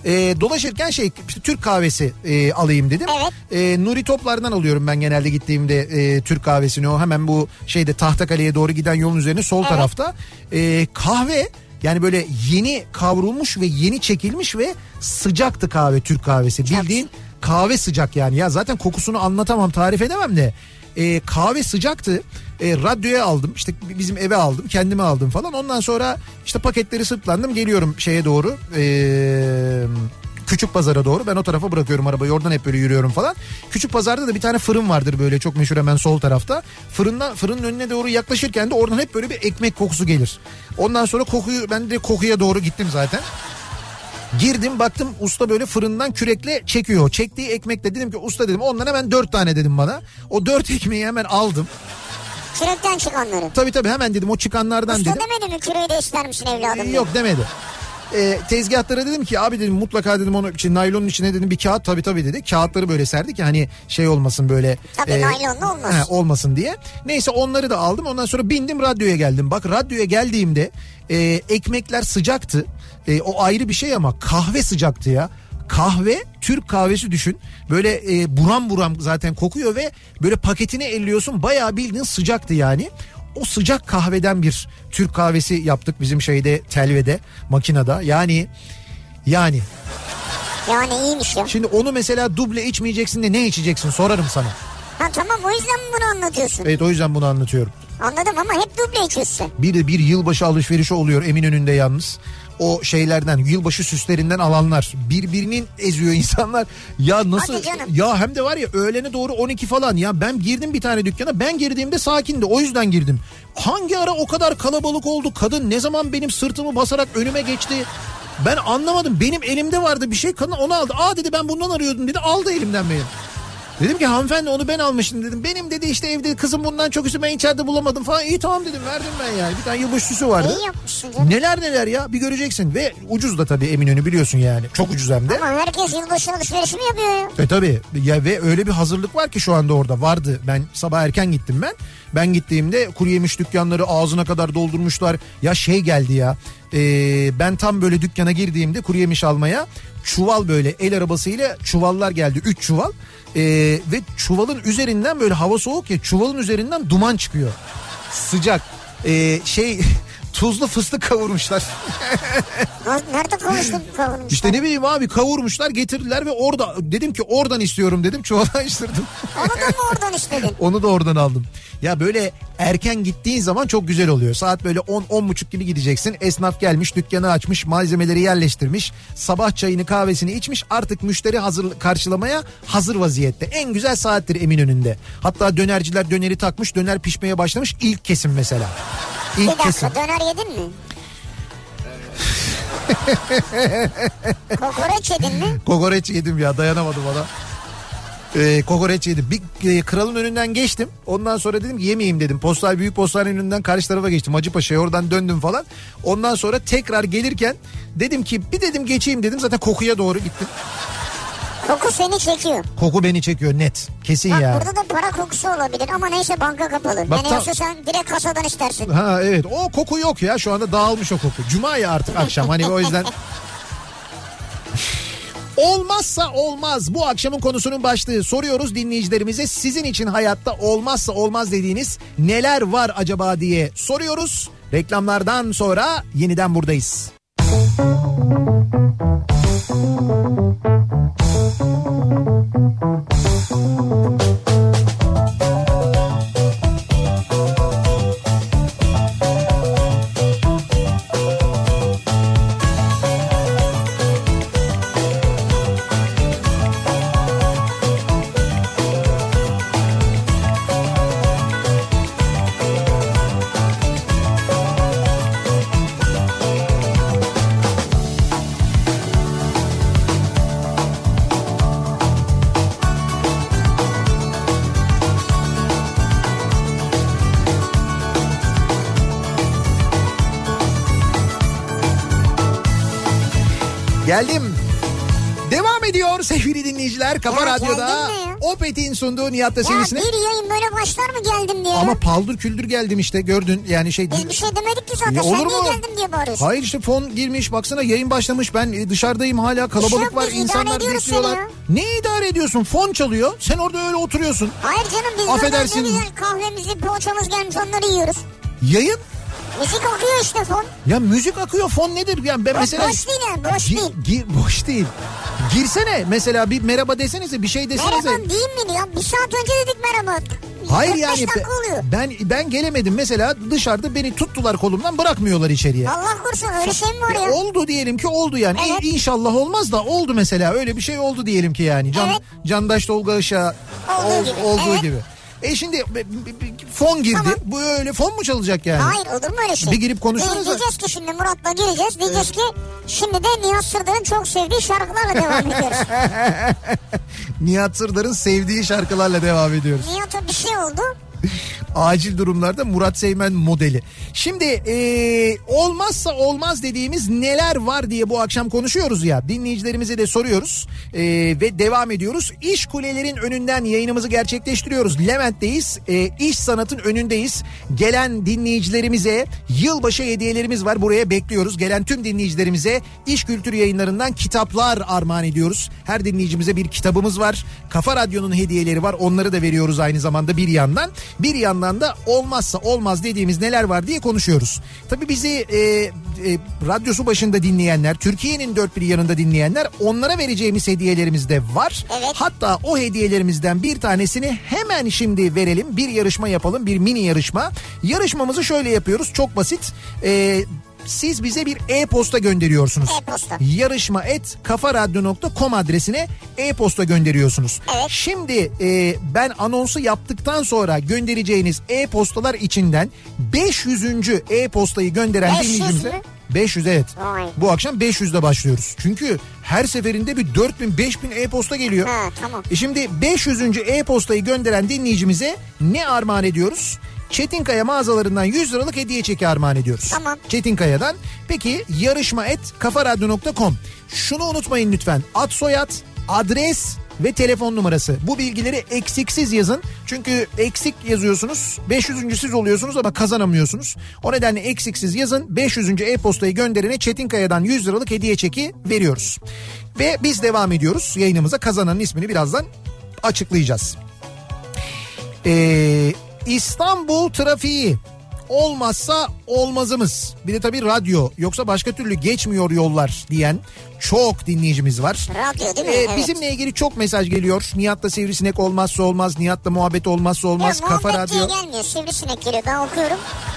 Ee, dolaşırken şey işte Türk kahvesi e, alayım dedim Evet. Ee, Nuri Toplar'dan alıyorum ben genelde gittiğimde e, Türk kahvesini o hemen bu şeyde Tahtakale'ye doğru giden yolun üzerine sol tarafta Ee, kahve yani böyle yeni kavrulmuş ve yeni çekilmiş ve sıcaktı kahve Türk kahvesi. Bildiğin kahve sıcak yani. Ya zaten kokusunu anlatamam, tarif edemem de. Ee, kahve sıcaktı. Ee, radyoya aldım. işte bizim eve aldım, kendime aldım falan. Ondan sonra işte paketleri sırtlandım. Geliyorum şeye doğru. Ee, Küçük pazara doğru ben o tarafa bırakıyorum arabayı oradan hep böyle yürüyorum falan. Küçük pazarda da bir tane fırın vardır böyle çok meşhur hemen sol tarafta. Fırından fırının önüne doğru yaklaşırken de oradan hep böyle bir ekmek kokusu gelir. Ondan sonra kokuyu ben de kokuya doğru gittim zaten. Girdim baktım usta böyle fırından kürekle çekiyor. Çektiği ekmekle dedim ki usta dedim ondan hemen dört tane dedim bana. O dört ekmeği hemen aldım. Kürekten çıkanları. Tabii tabii hemen dedim o çıkanlardan Usta dedim. demedi mi küreği de ister misin evladım? diye. Yok demedi. Ee, tezgahtlara dedim ki abi dedim mutlaka dedim onu için naylonun içine dedim bir kağıt tabii tabii dedi. Kağıtları böyle serdik ya hani şey olmasın böyle. e, Tabii naylonlu olmaz. he, olmasın diye. Neyse onları da aldım ondan sonra bindim radyoya geldim. Bak radyoya geldiğimde e, ekmekler sıcaktı. E, o ayrı bir şey ama kahve sıcaktı ya. Kahve Türk kahvesi düşün. Böyle e, buram buram zaten kokuyor ve böyle paketini elliyorsun. Bayağı bildiğin sıcaktı yani. O sıcak kahveden bir Türk kahvesi yaptık bizim şeyde telvede makinada. Yani yani Yani iyiymiş ya. şimdi onu mesela duble içmeyeceksin de ne içeceksin sorarım sana. Ha tamam o yüzden mi bunu anlatıyorsun? Evet o yüzden bunu anlatıyorum. Anladım ama hep duble içiyorsun. Bir de bir yılbaşı alışverişi oluyor Eminönü'nde yalnız. O şeylerden yılbaşı süslerinden alanlar birbirinin eziyor insanlar. Ya nasıl Hadi canım. ya hem de var ya öğlene doğru 12 falan ya ben girdim bir tane dükkana ben girdiğimde sakindi o yüzden girdim. Hangi ara o kadar kalabalık oldu kadın ne zaman benim sırtımı basarak önüme geçti. Ben anlamadım benim elimde vardı bir şey kadın onu aldı. Aa dedi ben bundan arıyordum dedi aldı elimden benim. Dedim ki hanımefendi onu ben almıştım dedim. Benim dedi işte evde kızım bundan çok üstü ben içeride bulamadım falan. İyi tamam dedim verdim ben yani. Bir tane yılbaşı süsü vardı. İyi yapmışsın canım. Neler neler ya bir göreceksin. Ve ucuz da tabii Eminönü biliyorsun yani. Çok ucuz hem de. Ama herkes yılbaşı alışverişi mi yapıyor ya? E tabii ya ve öyle bir hazırlık var ki şu anda orada vardı. Ben sabah erken gittim ben. Ben gittiğimde kuru yemiş dükkanları ağzına kadar doldurmuşlar. Ya şey geldi ya. e, ben tam böyle dükkana girdiğimde kuru yemiş almaya çuval böyle el arabasıyla çuvallar geldi. Üç çuval. E, ve çuvalın üzerinden böyle hava soğuk ya çuvalın üzerinden duman çıkıyor. Sıcak. E, şey tuzlu fıstık kavurmuşlar. Ha, Nerede konuştun kavurmuş? İşte ne bileyim abi kavurmuşlar getirdiler ve orada dedim ki oradan istiyorum dedim çuvala açtırdım. Onu da mı oradan istedin? Onu da oradan aldım. Ya böyle erken gittiğin zaman çok güzel oluyor. Saat böyle 10-10.30 gibi gideceksin. Esnaf gelmiş, dükkanı açmış, malzemeleri yerleştirmiş. Sabah çayını kahvesini içmiş. Artık müşteri hazır karşılamaya hazır vaziyette. En güzel saattir Eminönü'nde. Hatta dönerciler döneri takmış. Döner pişmeye başlamış. İlk kesim mesela. Bir İlk kesim. dakika döner yedin mi? Kokoreç yedin mi? Kokoreç yedim ya dayanamadım ona. Ee, kokoreç yedim. Bir e, kralın önünden geçtim. Ondan sonra dedim ki yemeyeyim dedim. Postal büyük postanenin önünden karşı tarafa geçtim. Hacıpaşa'ya oradan döndüm falan. Ondan sonra tekrar gelirken dedim ki bir dedim geçeyim dedim. Zaten kokuya doğru gittim. Koku seni çekiyor. Koku beni çekiyor net. Kesin Bak ya. burada da para kokusu olabilir ama neyse banka kapalı. Bak yani tam- yoksa sen direkt kasadan istersin. Ha evet o koku yok ya şu anda dağılmış o koku. Cuma ya artık akşam hani o yüzden. Olmazsa olmaz bu akşamın konusunun başlığı soruyoruz dinleyicilerimize sizin için hayatta olmazsa olmaz dediğiniz neler var acaba diye soruyoruz. Reklamlardan sonra yeniden buradayız. Geldim. Devam ediyor sevgili dinleyiciler. Kafa Ya Radyo'da geldin mi? Opet'in sunduğu Nihat'ta Ya sevgisine. bir yayın böyle başlar mı geldim diye. Ama paldır küldür geldim işte gördün yani şey... Biz bir şey demedik ki zaten. Ya Sen E, olur niye mu? geldim diye bağırıyorsun. Hayır işte fon girmiş baksana yayın başlamış ben e, dışarıdayım hala kalabalık yok, var biz idare insanlar ediyoruz bekliyorlar. seni ya. Ne idare ediyorsun fon çalıyor sen orada öyle oturuyorsun. Hayır canım biz Affedersin. buradan ne güzel kahvemizi poğaçamız gelmiş onları yiyoruz. Yayın Müzik okuyor işte son. ya müzik akıyor fon nedir yani ben mesela... Boş değil yani boş Gi- değil. gi- boş değil. Girsene mesela bir merhaba desenize bir şey desenize. Merhaba değil mi ya? Bir saat önce dedik merhaba. Hayır 45 yani dakika oluyor. ben ben gelemedim mesela dışarıda beni tuttular kolumdan bırakmıyorlar içeriye. Allah korusun öyle şey mi var ya? E, oldu diyelim ki oldu yani. İ- Evet. İnşallah olmaz da oldu mesela. Öyle bir şey oldu diyelim ki yani. Can Evet. Candaş Tolga Işık'a Olduğu ol- gibi. olduğu Evet. gibi. E şimdi b- b- b- fon girdi. Tamam. Bu öyle fon mu çalacak yani? Hayır olur mu öyle şey? Bir girip konuşuruz da. Diyeceğiz ki şimdi Murat'la gireceğiz. Diyeceğiz ki şimdi de Nihat Sırdar'ın çok sevdiği şarkılarla devam ediyoruz. Nihat Sırdar'ın sevdiği şarkılarla devam ediyoruz. Nihat'a bir şey oldu. Acil durumlarda Murat Seymen modeli. Şimdi e, olmazsa olmaz dediğimiz neler var diye bu akşam konuşuyoruz ya. Dinleyicilerimize de soruyoruz E, ve devam ediyoruz. İş kulelerin önünden yayınımızı gerçekleştiriyoruz. Levent'teyiz. E, iş sanatın önündeyiz. Gelen dinleyicilerimize yılbaşı hediyelerimiz var. Buraya bekliyoruz. Gelen tüm dinleyicilerimize iş kültürü yayınlarından kitaplar armağan ediyoruz. Her dinleyicimize bir kitabımız var. Kafa Radyo'nun hediyeleri var. Onları da veriyoruz aynı zamanda bir yandan. Bir yandan da olmazsa olmaz dediğimiz neler var diye konuşuyoruz. Tabii bizi e, e, radyosu başında dinleyenler, Türkiye'nin dört bir yanında dinleyenler onlara vereceğimiz hediyelerimiz de var. Evet. Hatta o hediyelerimizden bir tanesini hemen şimdi verelim. Bir yarışma yapalım, bir mini yarışma. Yarışmamızı şöyle yapıyoruz. Çok basit. E, siz bize bir e-posta gönderiyorsunuz. E-posta. Yarışma et kafaradyo.com adresine e-posta gönderiyorsunuz. Evet. Şimdi e, ben anonsu yaptıktan sonra göndereceğiniz e-postalar içinden 500. e-postayı gönderen 500 mü? dinleyicimize... 500 evet. Vay. Bu akşam 500'de başlıyoruz. Çünkü her seferinde bir 4000 5000 e-posta geliyor. Ha tamam. E Şimdi 500. e-postayı gönderen dinleyicimize ne armağan ediyoruz? Çetinkaya mağazalarından 100 liralık hediye çeki armağan ediyoruz. Tamam. Çetinkaya'dan. Peki yarışma et kafaradyo.com. Şunu unutmayın lütfen. Ad soyad, adres ve telefon numarası. Bu bilgileri eksiksiz yazın. Çünkü eksik yazıyorsunuz. 500. siz oluyorsunuz ama kazanamıyorsunuz. O nedenle eksiksiz yazın. 500. e-postayı gönderene Çetinkaya'dan 100 liralık hediye çeki veriyoruz. Ve biz devam ediyoruz yayınımıza. Kazananın ismini birazdan açıklayacağız. Ee, İstanbul trafiği olmazsa olmazımız. Bir de tabii radyo yoksa başka türlü geçmiyor yollar diyen çok dinleyicimiz var. Radyo değil mi? Ee, evet. Bizimle ilgili çok mesaj geliyor. Nihat'la sivrisinek olmazsa olmaz. Nihat'la muhabbet olmazsa Ya, olmaz. Kafa muhabbet diye radyo. gelmiyor. Sivrisinek geliyor. Ben okuyorum.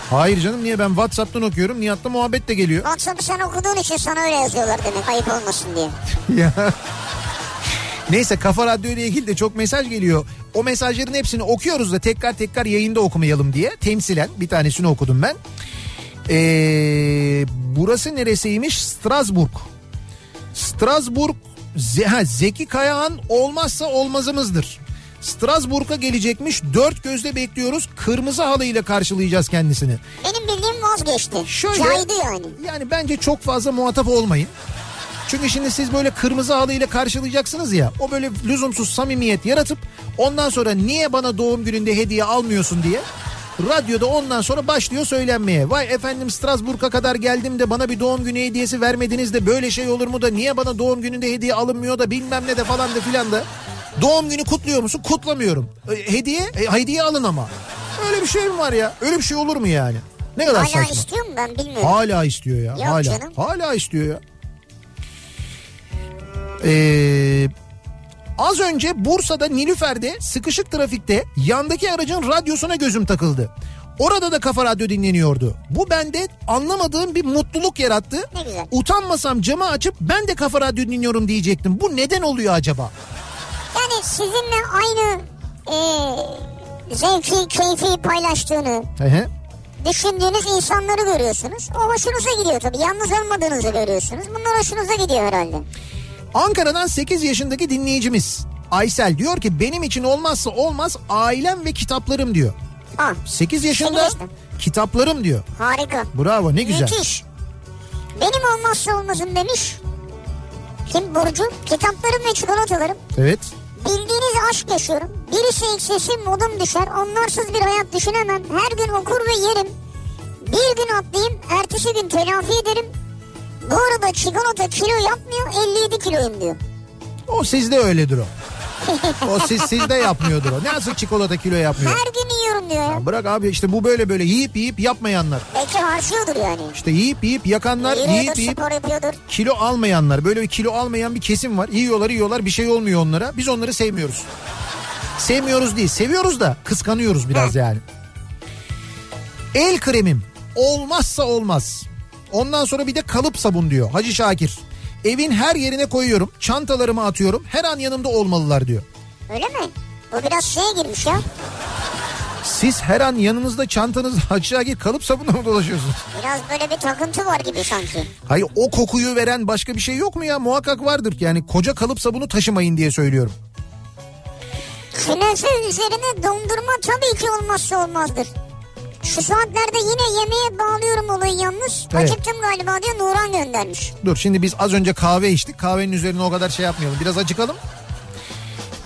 Hayır canım niye ben Whatsapp'tan okuyorum. Nihat'la muhabbet de geliyor. WhatsApp'ı sen okuduğun için sana öyle yazıyorlar demek. Ayıp olmasın diye. Ya. Neyse Kafa Radyo ile ilgili de çok mesaj geliyor. O mesajların hepsini okuyoruz da tekrar tekrar yayında okumayalım diye. Temsilen bir tanesini okudum ben. Ee, burası neresiymiş? Strasbourg. Strasbourg Ze- ha, Zeki Kayahan olmazsa olmazımızdır. Strasbourg'a gelecekmiş. Dört gözle bekliyoruz. Kırmızı halıyla karşılayacağız kendisini. Benim bildiğim vazgeçti. Şöyle, Caydı yani. Yani bence çok fazla muhatap olmayın. Çünkü şimdi siz böyle kırmızı halıyla karşılayacaksınız ya. O böyle lüzumsuz samimiyet yaratıp ondan sonra niye bana doğum gününde hediye almıyorsun diye radyoda ondan sonra başlıyor söylenmeye. Vay efendim Strasbourg'a kadar geldim de bana bir doğum günü hediyesi vermediniz de böyle şey olur mu da niye bana doğum gününde hediye alınmıyor da bilmem ne de falan da filan da. Doğum günü kutluyor musun? Kutlamıyorum. E, Hediye? E, hediye alın ama. Öyle bir şey mi var ya? Öyle bir şey olur mu yani? Ne kadar Hala saçma. istiyor mu ben bilmiyorum. Hala istiyor ya. Yok hala. canım. Hala istiyor ya. Ee, az önce Bursa'da Nilüfer'de sıkışık trafikte yandaki aracın radyosuna gözüm takıldı. Orada da kafa radyo dinleniyordu. Bu bende anlamadığım bir mutluluk yarattı. Ne güzel. Utanmasam camı açıp ben de kafa radyo dinliyorum diyecektim. Bu neden oluyor acaba? Yani sizinle aynı e, zevki, keyfi paylaştığını Hı hı. düşündüğünüz insanları görüyorsunuz. O hoşunuza gidiyor tabii. Yalnız olmadığınızı görüyorsunuz. Bunlar hoşunuza gidiyor herhalde. Ankara'dan 8 yaşındaki dinleyicimiz Aysel diyor ki benim için olmazsa olmaz ailem ve kitaplarım diyor. Ah 8 yaşında yaşında. kitaplarım diyor. harika. Bravo ne güzel. Müthiş. Benim olmazsa olmazım demiş. Kim? Burcu. Kitaplarım ve çikolatalarım. Evet. Bildiğiniz aşk yaşıyorum. Birisi eksilsin modum düşer. Onlarsız bir hayat düşünemem. Her gün okur ve yerim. Bir gün atlayayım. Ertesi gün telafi ederim. Bu arada çikolata kilo yapmıyor 57 kiloyum diyor. O sizde öyledir o. O siz sizde yapmıyordur o. Nasıl çikolata kilo yapmıyor? Her gün yiyorum diyor ya. Ya bırak abi işte bu böyle böyle yiyip yiyip yapmayanlar. Belki harcıyordur yani. İşte yiyip yiyip yakanlar, Yürüyordur yiyip yiyip spor yapıyordur. kilo almayanlar. Böyle bir kilo almayan bir kesim var. Yiyorlar yiyorlar bir şey olmuyor onlara. Biz onları sevmiyoruz. Sevmiyoruz değil seviyoruz da kıskanıyoruz biraz yani. El kremim olmazsa olmaz. Ondan sonra bir de kalıp sabun diyor Hacı Şakir. Evin her yerine koyuyorum. Çantalarıma atıyorum. Her an yanımda olmalılar diyor. Öyle mi? Bu biraz şeye girmiş ya. Siz her an yanınızda çantanızda Hacı Şakir kalıp sabunla mı dolaşıyorsunuz? Biraz böyle bir takıntı var gibi sanki. Hayır o kokuyu veren başka bir şey yok mu ya? Muhakkak vardır. Yani koca kalıp sabunu taşımayın diye söylüyorum. Künefe üzerine dondurma tabii ki olmazsa olmazdır. Şu saatlerde yine yemeğe bağlıyorum olayı yalnız. Evet. Acıktım galiba diyor Nuran göndermiş. Dur şimdi biz az önce kahve içtik. Kahvenin üzerine o kadar şey yapmayalım. Biraz acıkalım.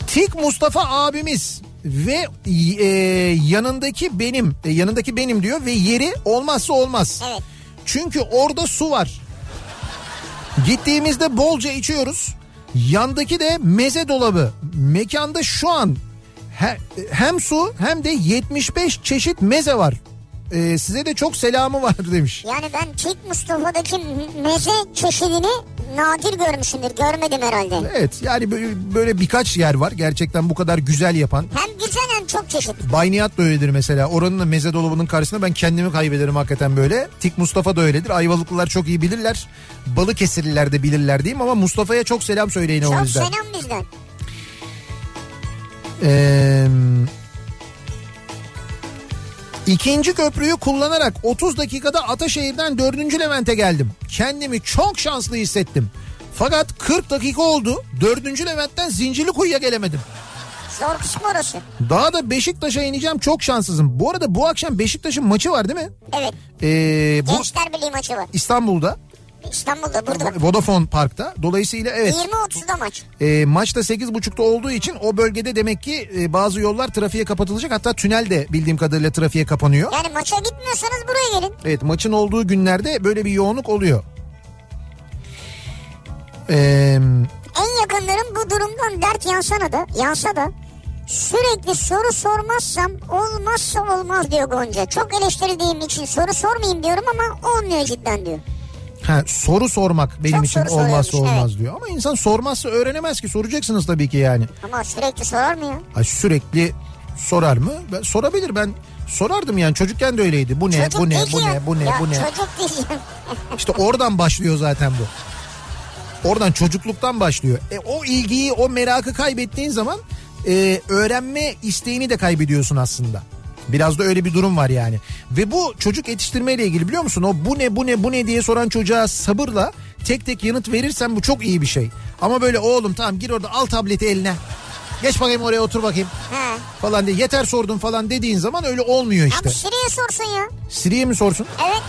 Tik Mustafa abimiz ve e, yanındaki benim e, yanındaki benim diyor ve yeri olmazsa olmaz. Evet. Çünkü orada su var. Gittiğimizde bolca içiyoruz. Yandaki de meze dolabı. Mekanda şu an he- hem su hem de 75 çeşit meze var. E, size de çok selamı var demiş. Yani ben Çek Mustafa'daki meze çeşidini nadir görmüşümdür. Görmedim herhalde. Evet yani böyle- böyle birkaç yer var gerçekten bu kadar güzel yapan. Hem güzel hem çok çeşit. Bayniyat da öyledir mesela. Oranın da meze dolabının karşısında ben kendimi kaybederim hakikaten böyle. Tik Mustafa da öyledir. Ayvalıklılar çok iyi bilirler. Balıkesirliler de bilirler diyeyim ama Mustafa'ya çok selam söyleyin o Çok yüzden. selam bizden. Ee, ikinci köprüyü kullanarak 30 dakikada Ataşehir'den 4. Levent'e geldim. Kendimi çok şanslı hissettim. Fakat 40 dakika oldu. 4. Levent'ten Zincirlikuyu'ya gelemedim. Zor kısmı orası. Daha da Beşiktaş'a ineceğim çok şanssızım. Bu arada bu akşam Beşiktaş'ın maçı var değil mi? Evet. Ee, bu Gençler Birliği maçı var. İstanbul'da İstanbul'da burada. Vodafone Park'ta. Dolayısıyla evet 20-30'da maç. e, maç da 8.30'da olduğu için o bölgede demek ki e, bazı yollar trafiğe kapatılacak. Hatta tünel de bildiğim kadarıyla trafiğe kapanıyor. Yani maça gitmiyorsanız buraya gelin. Evet maçın olduğu günlerde böyle bir yoğunluk oluyor. Ee, En yakınlarım bu durumdan dert yansana da, yansa da sürekli soru sormazsam olmazsa olmaz diyor Gonca. Çok eleştirildiğim için soru sormayayım diyorum ama olmuyor cidden diyor. ha, soru sormak benim Çok için soru olmazsa soruyormuş, olmaz diyor. Ama insan sormazsa öğrenemez ki soracaksınız tabii ki yani. Ama sürekli sorar mı ya? Ha, sürekli sorar mı? Ben, sorabilir ben sorardım yani çocukken de öyleydi. Bu ne Çocuk bu ne değil bu ki ya. ne bu ne ya, bu ne? Çocuk değil. İşte oradan başlıyor zaten bu. Oradan çocukluktan başlıyor. E, o ilgiyi, o merakı kaybettiğin zaman e, öğrenme isteğini de kaybediyorsun aslında. Biraz da öyle bir durum var yani. Ve bu çocuk yetiştirmeyle ilgili biliyor musun? O bu ne bu ne bu ne diye soran çocuğa sabırla tek tek yanıt verirsen bu çok iyi bir şey. Ama böyle oğlum tamam gir orada al tableti eline. Geç bakayım oraya otur bakayım ha. falan diye yeter sordun falan dediğin zaman öyle olmuyor işte. Abi Siri'ye sorsun ya. Siri'ye mi sorsun? Evet.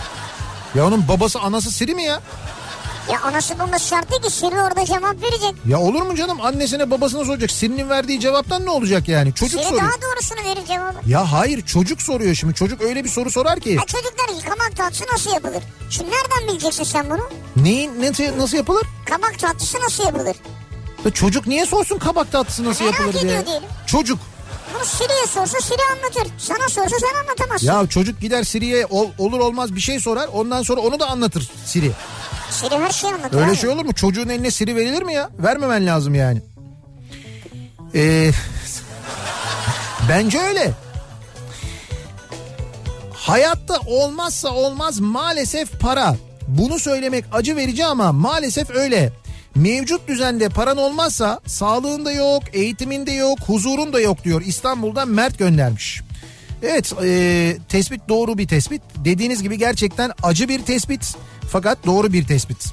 Ya onun babası anası Siri mi ya? Ya anası bulması şart değil ki Siri orada cevap verecek. Ya olur mu canım annesine babasına soracak. Sirinin verdiği cevaptan ne olacak yani? Çocuk Siri soruyor. daha doğrusunu verir cevabı. Ya hayır çocuk soruyor şimdi. Çocuk öyle bir soru sorar ki. Ha çocuklar yıkamak tatlısı nasıl yapılır? Şimdi nereden bileceksin sen bunu? Neyin ne, nasıl yapılır? Kabak tatlısı nasıl yapılır? Ya çocuk niye sorsun kabak tatlısı nasıl Merak yapılır diye? ediyor diyelim. Çocuk. Bunu Siri'ye sorsa Siri anlatır. Sana sorsa sen anlatamazsın. Ya çocuk gider Siri'ye ol- olur olmaz bir şey sorar. Ondan sonra onu da anlatır Siri. Siri her şeyi anlatır. Öyle abi. şey olur mu? Çocuğun eline Siri verilir mi ya? Vermemen lazım yani. Ee, bence öyle. Hayatta olmazsa olmaz maalesef para. Bunu söylemek acı verici ama maalesef öyle. Mevcut düzende paran olmazsa sağlığında yok, eğitiminde yok, huzurun da yok diyor. İstanbul'dan Mert göndermiş. Evet e, tespit doğru bir tespit. Dediğiniz gibi gerçekten acı bir tespit fakat doğru bir tespit.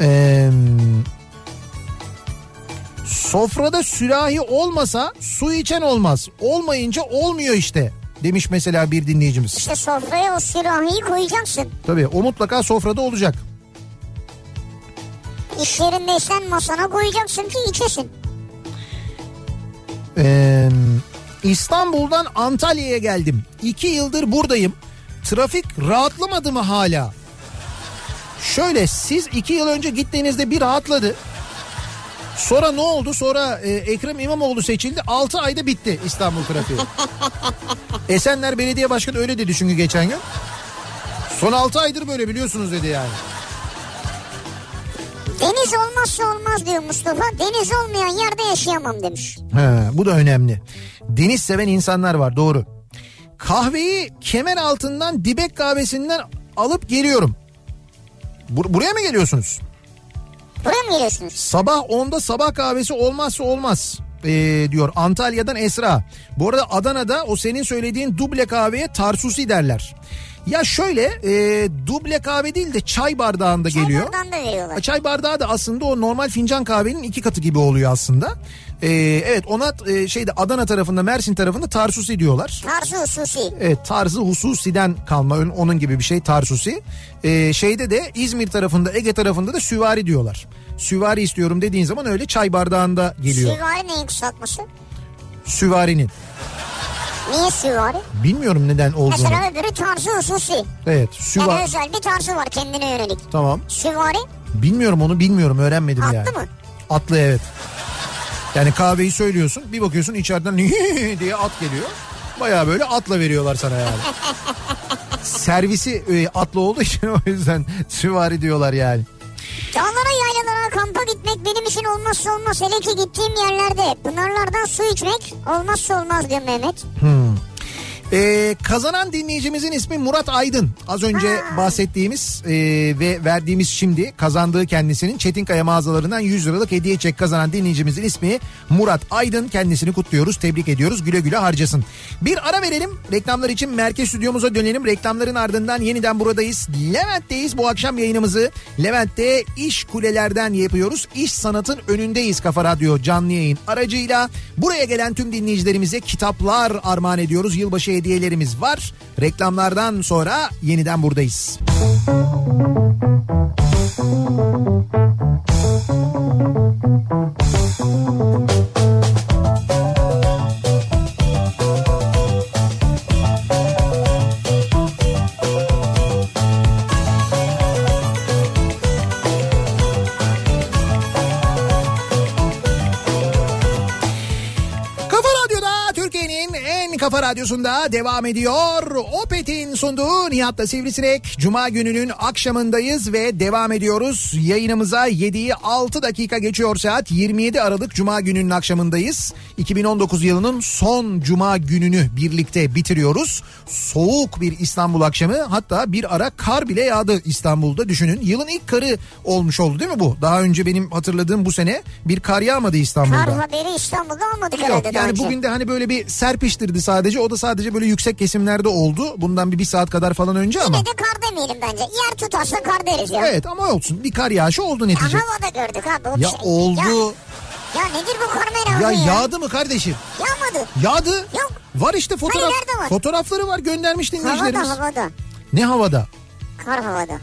Ee, sofrada sürahi olmasa su içen olmaz. Olmayınca olmuyor işte demiş mesela bir dinleyicimiz. İşte sofraya o sürahiyi koyacaksın. Tabii o mutlaka sofrada olacak. İş yerindeysen masana koyacaksın ki içesin. Ee, İstanbul'dan Antalya'ya geldim. İki yıldır buradayım. Trafik rahatlamadı mı hala? Şöyle siz iki yıl önce gittiğinizde bir rahatladı. Sonra ne oldu? Sonra e, Ekrem İmamoğlu seçildi. 6 ayda bitti İstanbul trafiği. Esenler Belediye Başkanı öyle dedi çünkü geçen gün. Son 6 aydır böyle biliyorsunuz dedi yani. Deniz olmazsa olmaz diyor Mustafa. Deniz olmayan yerde yaşayamam demiş. He, bu da önemli. Deniz seven insanlar var doğru. Kahveyi kemer altından dibek kahvesinden alıp geliyorum. Bur- buraya mı geliyorsunuz? Buraya mı geliyorsunuz? Sabah 10'da sabah kahvesi olmazsa olmaz ee, diyor Antalya'dan Esra. Bu arada Adana'da o senin söylediğin duble kahveye tarsusi derler. Ya şöyle e, duble kahve değil de çay bardağında geliyor. Oradan da veriyorlar. Çay bardağı da aslında o normal fincan kahvenin iki katı gibi oluyor aslında. Ee, evet ona e, şeyde Adana tarafında Mersin tarafında tarsusi diyorlar. Tarzı hususi. Evet tarzı hususiden kalma ön- onun gibi bir şey tarsusi. Ee, şeyde de İzmir tarafında Ege tarafında da süvari diyorlar. Süvari istiyorum dediğin zaman öyle çay bardağında geliyor Süvari neyin kısaltması? süvarinin. Niye süvari? Bilmiyorum neden olduğunu. Mesela öbürü tarzı hususi. Evet Yani süvari özel bir tarzı var kendine yönelik. tamam. Süvari Bilmiyorum onu bilmiyorum öğrenmedim Atlı yani. mı? Atlı evet. Yani kahveyi söylüyorsun bir bakıyorsun içeriden diye at geliyor. Baya böyle atla veriyorlar sana yani. Servisi e, atlı olduğu için o yüzden süvari diyorlar yani. Dağlara yaylalara kampa gitmek benim için olmazsa olmaz. Hele ki gittiğim yerlerde pınarlardan su içmek olmazsa olmaz diyor Mehmet. Hmm. E, kazanan dinleyicimizin ismi Murat Aydın. Az önce bahsettiğimiz e, ve verdiğimiz şimdi kazandığı kendisinin Çetinkaya mağazalarından 100 liralık hediye çek kazanan dinleyicimizin ismi Murat Aydın. Kendisini kutluyoruz, tebrik ediyoruz. Güle güle harcasın. Bir ara verelim. Reklamlar için merkez stüdyomuza dönelim. Reklamların ardından yeniden buradayız. Levent'teyiz. Bu akşam yayınımızı Levent'te iş kulelerden yapıyoruz. İş sanatın önündeyiz Kafa Radyo canlı yayın aracıyla. Buraya gelen tüm dinleyicilerimize kitaplar armağan ediyoruz. Yılbaşı hediyelerimiz var. Reklamlardan sonra yeniden buradayız. Kafa Radyo'da Türkiye'nin en kafa radyosunda devam ediyor. Opet'in sunduğu Nihat'la Sivrisinek. Cuma gününün akşamındayız ve devam ediyoruz. Yayınımıza 7'yi 6 dakika geçiyor saat. 27 Aralık Cuma gününün akşamındayız. 2019 yılının son Cuma gününü birlikte bitiriyoruz. Soğuk bir İstanbul akşamı hatta bir ara kar bile yağdı İstanbul'da düşünün. Yılın ilk karı olmuş oldu değil mi bu? Daha önce benim hatırladığım bu sene bir kar yağmadı İstanbul'da. Kar haberi İstanbul'da almadık Yok, herhalde daha yani önce. bugün de hani böyle bir serpiştirdi sadece. O da sadece böyle yüksek kesimlerde oldu. Bundan bir, bir saat kadar falan önce ama. Yine de kar demeyelim bence. Yer tutarsa kar deriz ya. Evet ama olsun bir kar yağışı oldu Ya netice. havada gördük abi. o bir Ya şey. oldu. Ya, ya nedir bu kar merakı Ya ya? yağdı mı kardeşim? Yağmadı. Yağdı. Yok. Var işte fotoğraf. Hayır, nerede var? Fotoğrafları var göndermiş dinleyicilerimiz. Havada havada. Ne havada? Kar havada.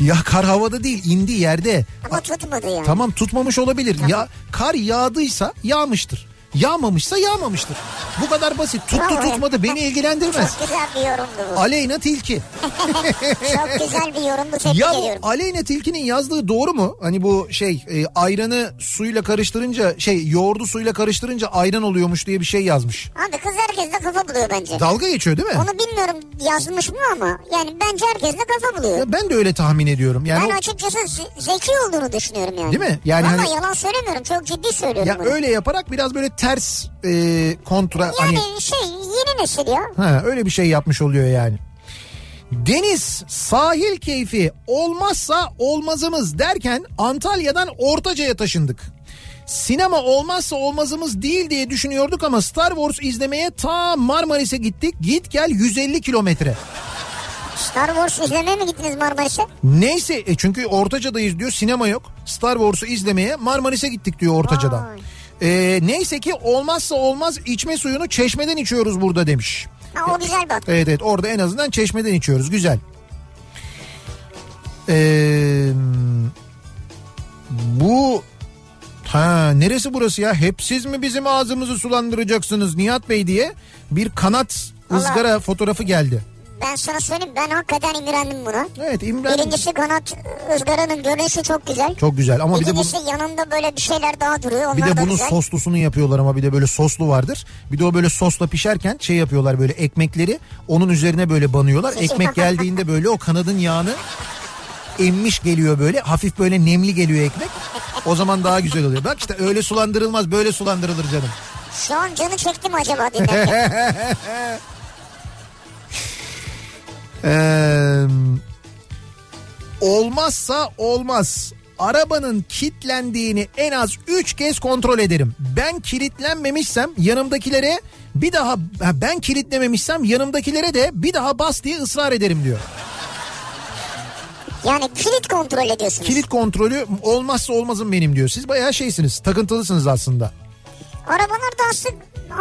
Ya kar havada değil indi yerde. Ama tutmadı yani. Tamam tutmamış olabilir. Ya kar yağdıysa yağmıştır. Yağmamışsa yağmamıştır. Bu kadar basit. Tuttu Bravo ya. tutmadı beni ilgilendirmez. Çok güzel bir yorumdu bu. Aleyna Tilki. Çok güzel bir yorumdu. Tebrik Ya ediyorum. bu Aleyna Tilki'nin yazdığı doğru mu? Hani bu şey e, ayranı suyla karıştırınca şey yoğurdu suyla karıştırınca ayran oluyormuş diye bir şey yazmış. Abi kız herkes de kafa buluyor bence. Dalga geçiyor değil mi? Onu bilmiyorum yazmış mı ama yani bence herkes de kafa buluyor. Ya Ben de öyle tahmin ediyorum. Yani Ben o- açıkçası ze- zeki olduğunu düşünüyorum yani. Değil mi? Yani Valla hani- yalan söylemiyorum çok ciddi söylüyorum ya bunu. öyle yaparak biraz böyle ters e, kontra hani Yani şey yeni nesil ya. ha, öyle bir şey yapmış oluyor yani. Deniz sahil keyfi olmazsa olmazımız derken Antalya'dan Ortaca'ya taşındık. Sinema olmazsa olmazımız değil diye düşünüyorduk ama Star Wars izlemeye ta Marmaris'e gittik. Git gel 150 kilometre. Star Wars izlemeye mi gittiniz Marmaris'e? Neyse e çünkü Ortaca'dayız diyor sinema yok. Star Wars'u izlemeye Marmaris'e gittik diyor Ortaca'dan. Vay. E, neyse ki olmazsa olmaz içme suyunu çeşmeden içiyoruz burada demiş. Ha, o güzel bak. Evet evet orada en azından çeşmeden içiyoruz güzel. Ee, Bu ha neresi burası ya? Hep siz mi bizim ağzımızı sulandıracaksınız Nihat Bey diye bir kanat Valla- ızgara fotoğrafı geldi. Ben sana söyleyeyim ben hakikaten imrendim buna. Evet İmren Birincisi kanat ızgaranın görünüşü çok güzel. çok güzel ama bir de bu İkincisi yanında böyle bir şeyler daha duruyor. Onlar bir de da bunun güzel. soslusunu yapıyorlar ama bir de böyle soslu vardır. Bir de o böyle sosla pişerken şey yapıyorlar böyle ekmekleri onun üzerine böyle banıyorlar. Ekmek geldiğinde böyle o kanadın yağını emmiş geliyor böyle. Hafif böyle nemli geliyor ekmek. O zaman daha güzel oluyor. Bak işte öyle sulandırılmaz böyle sulandırılır canım. Şu an canı çektim acaba dinlerken. Eee, olmazsa olmaz. Arabanın kilitlendiğini en az 3 kez kontrol ederim. Ben kilitlenmemişsem yanımdakilere bir daha ha, ben kilitlememişsem yanımdakilere de bir daha bas diye ısrar ederim diyor. yani kilit kontrol ediyorsunuz. Kilit kontrolü olmazsa olmazım benim diyor. Siz bayağı şeysiniz. Takıntılısınız aslında. Arabalarda aslında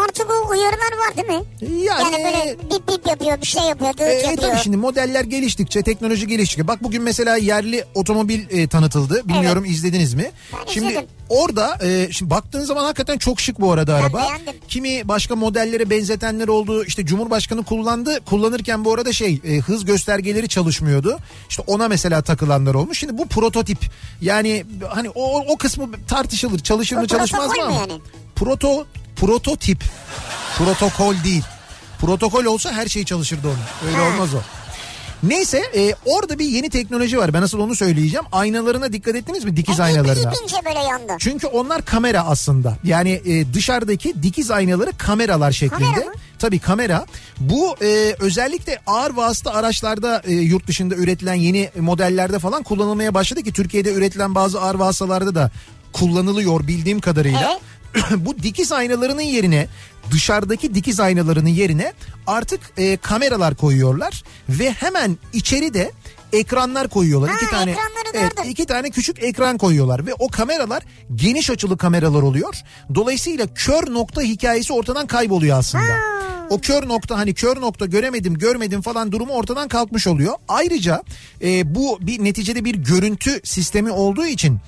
artık o uyarılar var değil mi? Yani- böyle bip bip yapıyor bir şey yapıyor E, gıç e, yapıyor. tabii şimdi modeller geliştikçe, teknoloji geliştikçe. Bak bugün mesela yerli otomobil e, tanıtıldı. Bilmiyorum izlediniz mi? Ben şimdi izledim. orada e, şimdi baktığın zaman hakikaten çok şık bu arada araba. beğendim. Kimi başka modellere benzetenler oldu. İşte Cumhurbaşkanı kullandı. Kullanırken bu arada şey e, hız göstergeleri çalışmıyordu. İşte ona mesela takılanlar olmuş. Şimdi bu prototip. Yani hani o, o- o kısmı tartışılır. Çalışır mı O çalışmaz mı protokol ama. mu yani? Proto prototip. Protokol değil. Protokol olsa her şey çalışırdı onun. Öyle olmaz o. Neyse e, orada bir yeni teknoloji var. Ben asıl onu söyleyeceğim. Aynalarına dikkat ettiniz mi? Dikiz Hem aynalarına. ip ince böyle yandı. Çünkü onlar kamera aslında. Yani e, dışarıdaki dikiz aynaları kameralar şeklinde. Kamera mı? Tabii kamera. Bu e, özellikle ağır vasıta araçlarda e, yurt dışında üretilen yeni modellerde falan kullanılmaya başladı ki Türkiye'de üretilen bazı ağır vasıtalarda da kullanılıyor bildiğim kadarıyla. Bu dikiz aynalarının yerine dışarıdaki dikiz aynalarının yerine artık e, kameralar koyuyorlar ve hemen içeri de ekranlar koyuyorlar. Ha, iki tane ekranları evet, gördüm. iki tane küçük ekran koyuyorlar ve o kameralar geniş açılı kameralar oluyor. Dolayısıyla kör nokta hikayesi ortadan kayboluyor aslında. O kör nokta hani kör nokta göremedim görmedim falan durumu ortadan kalkmış oluyor. Ayrıca e, bu bir neticede bir görüntü sistemi olduğu için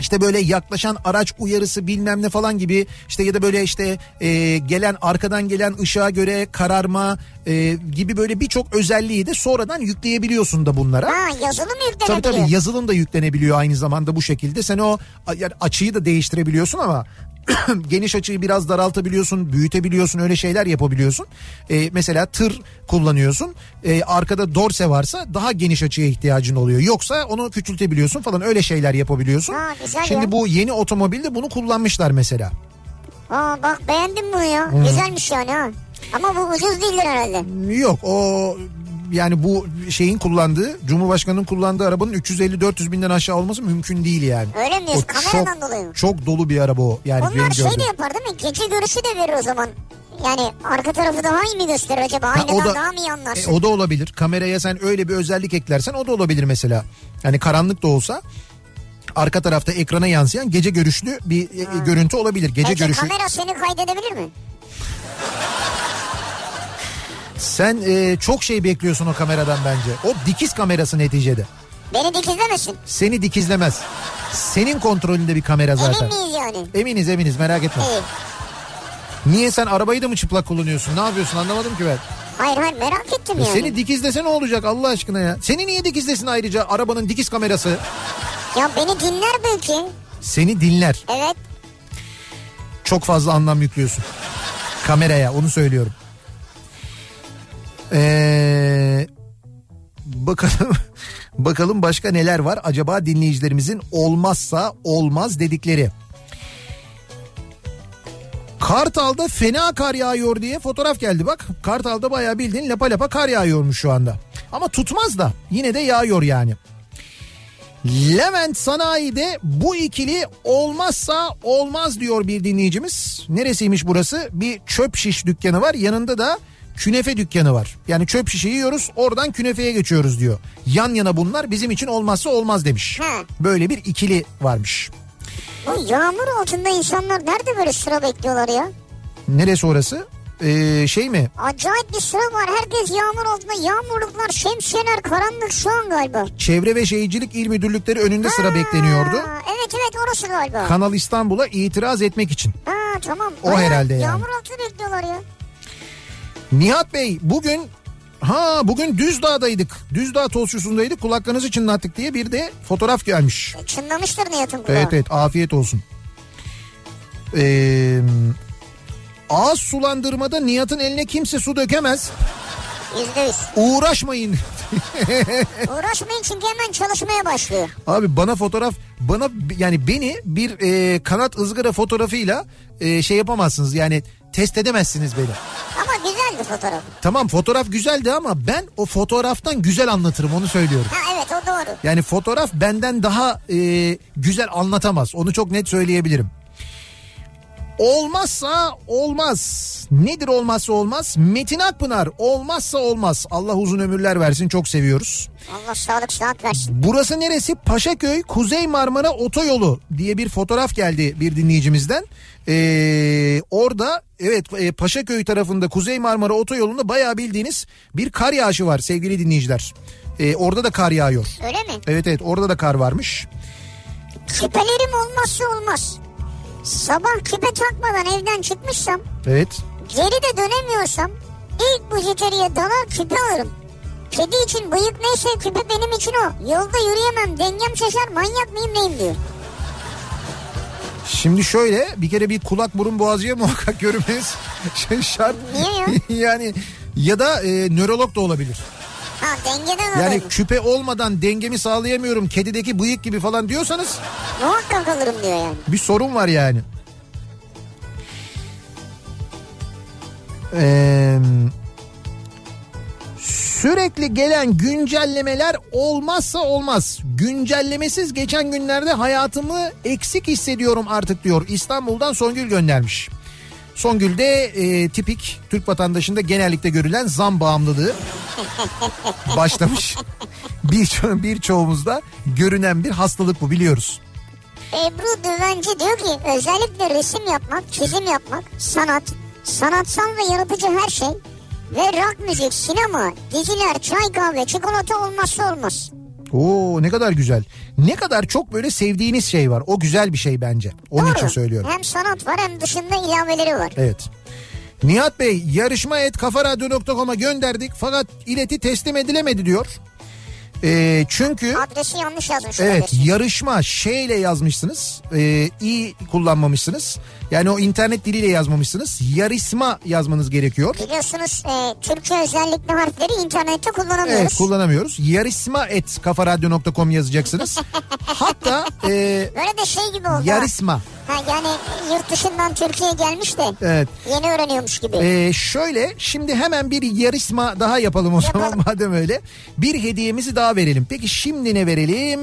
işte böyle yaklaşan araç uyarısı bilmem ne falan gibi işte ya da böyle işte e, gelen arkadan gelen ışığa göre kararma e, gibi böyle birçok özelliği de sonradan yükleyebiliyorsun da bunlara. Ha yazılı mı Tabii yüklenebiliyor? tabii yazılım da yüklenebiliyor aynı zamanda bu şekilde. Sen o a- yani açıyı da değiştirebiliyorsun ama geniş açıyı biraz daraltabiliyorsun, büyütebiliyorsun, öyle şeyler yapabiliyorsun. Ee, mesela tır kullanıyorsun. Ee, arkada dorse varsa daha geniş açıya ihtiyacın oluyor. Yoksa onu küçültebiliyorsun falan öyle şeyler yapabiliyorsun. Ha, güzel Şimdi ya. bu yeni otomobilde bunu kullanmışlar mesela. Aa, bak beğendim bunu ya. Güzelmiş yani ha. Ama bu ucuz değildir herhalde. Yok o yani bu şeyin kullandığı Cumhurbaşkanı'nın kullandığı arabanın 350-400 binden aşağı olması mümkün değil yani. Öyle mi diyorsun? O Kameradan çok, dolayı mı? Çok dolu bir araba o. Yani Onlar benim şey de gördüğüm. yapar değil mi? Gece görüşü de verir o zaman. Yani arka tarafı daha iyi mi gösterir acaba? Ha, Aynadan o da- daha mı iyi E, anlarsın? o da olabilir. Kameraya sen öyle bir özellik eklersen o da olabilir mesela. Yani karanlık da olsa arka tarafta ekrana yansıyan gece görüşlü bir e, görüntü olabilir. Gece Peki görüşü. kamera seni kaydedebilir mi? Sen e, çok şey bekliyorsun o kameradan bence. O dikiz kamerası neticede. Beni dikizlemesin. Seni dikizlemez. Senin kontrolünde bir kamera zaten. Emin miyiz yani? Eminiz eminiz merak etme. İyi. Niye sen arabayı da mı çıplak kullanıyorsun? Ne yapıyorsun anlamadım ki ben. Hayır hayır merak ettim Ya yani. E, Seni dikizlese ne olacak Allah aşkına ya? Seni niye dikizlesin ayrıca arabanın dikiz kamerası? Ya beni dinler belki. Seni dinler. Evet. Çok fazla anlam yüklüyorsun. Kameraya onu söylüyorum. Ee, bakalım bakalım başka neler var acaba dinleyicilerimizin olmazsa olmaz dedikleri. Kartal'da fena kar yağıyor diye fotoğraf geldi bak. Kartal'da bayağı bildiğin lapa lapa kar yağıyormuş şu anda. Ama tutmaz da yine de yağıyor yani. Levent Sanayi'de bu ikili olmazsa olmaz diyor bir dinleyicimiz. Neresiymiş burası? Bir çöp şiş dükkanı var. Yanında da künefe dükkanı var. Yani çöp şişi yiyoruz oradan künefeye geçiyoruz diyor. Yan yana bunlar bizim için olmazsa olmaz demiş. He. Böyle bir ikili varmış. Bu yağmur altında insanlar nerede böyle sıra bekliyorlar ya? Neresi orası? e, şey mi? Acayip bir sıra var. Herkes yağmur altında. Yağmurluklar, şemsiyeler, karanlık şu an galiba. Çevre ve Şehircilik İl Müdürlükleri önünde sıra Ha, bekleniyordu. Evet evet orası galiba. Kanal İstanbul'a itiraz etmek için. ha tamam. O herhalde yani. Yağmur altında bekliyorlar ya. Nihat Bey bugün ha bugün Düzdağ'daydık. Düzdağ tozçusundaydık. Kulaklarınızı çınlattık diye bir de fotoğraf gelmiş. E, Çınlamıştır niyetim kulağı. Evet evet afiyet olsun. Ee, ağız sulandırmada Nihat'ın eline kimse su dökemez. Yüzde yüz. Uğraşmayın. Uğraşmayın çünkü hemen çalışmaya başlıyor. Abi bana fotoğraf bana yani beni bir e, kanat ızgara fotoğrafıyla e, şey yapamazsınız yani test edemezsiniz beni. Ama güzeldi fotoğraf. Tamam fotoğraf güzeldi ama ben o fotoğraftan güzel anlatırım onu söylüyorum. Ha evet o doğru. Yani fotoğraf benden daha e, güzel anlatamaz. Onu çok net söyleyebilirim. Olmazsa olmaz. Nedir olmazsa olmaz? Metin Akpınar olmazsa olmaz. Allah uzun ömürler versin çok seviyoruz. Allah sağlık sıhhat versin. Burası neresi? Paşaköy Kuzey Marmara Otoyolu diye bir fotoğraf geldi bir dinleyicimizden. Ee, orada evet e, Paşaköy tarafında Kuzey Marmara Otoyolu'nda bayağı bildiğiniz bir kar yağışı var sevgili dinleyiciler. Ee, orada da kar yağıyor. Öyle mi? Evet evet orada da kar varmış. Küpelerim olmazsa olmaz. Sabah küpe takmadan evden çıkmışsam, Evet. geri de dönemiyorsam ilk bujiteriye dalar küpe alırım. Kedi için bıyık neyse küpe benim için o. Yolda yürüyemem, dengem şaşar, manyak mıyım neyim diyor. Şimdi şöyle bir kere bir kulak burun boğazıya muhakkak görünmeniz şey şart. Niye yani ya da e, nörolog da olabilir. Ha dengeden Yani alırım. küpe olmadan dengemi sağlayamıyorum kedideki bıyık gibi falan diyorsanız Muhakkak alırım diyor yani. bir sorun var yani. Ee, sürekli gelen güncellemeler olmazsa olmaz. Güncellemesiz geçen günlerde hayatımı eksik hissediyorum artık diyor. İstanbul'dan Songül göndermiş. Songül'de e, tipik Türk vatandaşında genellikle görülen zam bağımlılığı başlamış. Bir, birçoğumuzda görünen bir hastalık bu biliyoruz. Ebru Düvenci diyor ki özellikle resim yapmak, çizim yapmak, sanat, sanatsal ve yaratıcı her şey ve rock müzik, sinema, diziler, çay kahve, çikolata olmazsa olmaz. Oo ne kadar güzel. Ne kadar çok böyle sevdiğiniz şey var. O güzel bir şey bence. Onun için söylüyorum. Hem sanat var hem dışında ilaveleri var. Evet. Nihat Bey yarışma et kafaradyo.com'a gönderdik fakat ileti teslim edilemedi diyor. Ee, çünkü Adresi yanlış yazmış. evet olabilir. yarışma şeyle yazmışsınız. Ee, iyi kullanmamışsınız. Yani o internet diliyle yazmamışsınız. Yarışma yazmanız gerekiyor. Biliyorsunuz e, Türkçe özellikli harfleri internette kullanamıyoruz. Evet kullanamıyoruz. Yarışma et kafaradyo.com yazacaksınız. Hatta e, Böyle de şey gibi oldu. yarışma. Ha, yani yurt dışından Türkiye'ye gelmiş de Evet. yeni öğreniyormuş gibi. Ee, şöyle şimdi hemen bir yarışma daha yapalım o zaman Yapalım. madem öyle. Bir hediyemizi daha verelim. Peki şimdi ne verelim?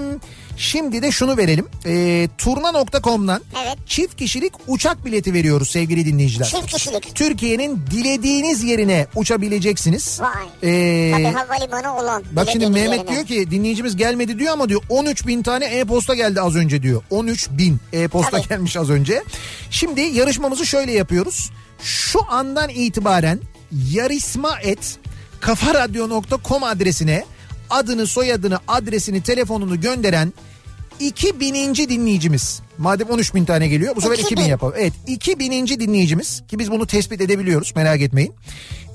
Şimdi de şunu verelim. Ee, turna.com'dan Evet. çift kişilik uçak bileti veriyoruz sevgili dinleyiciler. Çift kişilik. Türkiye'nin dilediğiniz yerine uçabileceksiniz. Vay. Ee, Tabii havalimanı olan. Bak şimdi dilediğiniz Mehmet yerine. diyor ki dinleyicimiz gelmedi diyor ama diyor 13 bin tane e-posta geldi az önce diyor. 13 bin e-posta Tabii. gelmiş az önce. Şimdi yarışmamızı şöyle yapıyoruz. Şu andan itibaren yarışma et kafaradyo.com adresine adını soyadını adresini telefonunu gönderen 2000. dinleyicimiz. Madem 13 bin tane geliyor bu sefer 2000. 2000 yapalım. Evet 2000. dinleyicimiz ki biz bunu tespit edebiliyoruz merak etmeyin.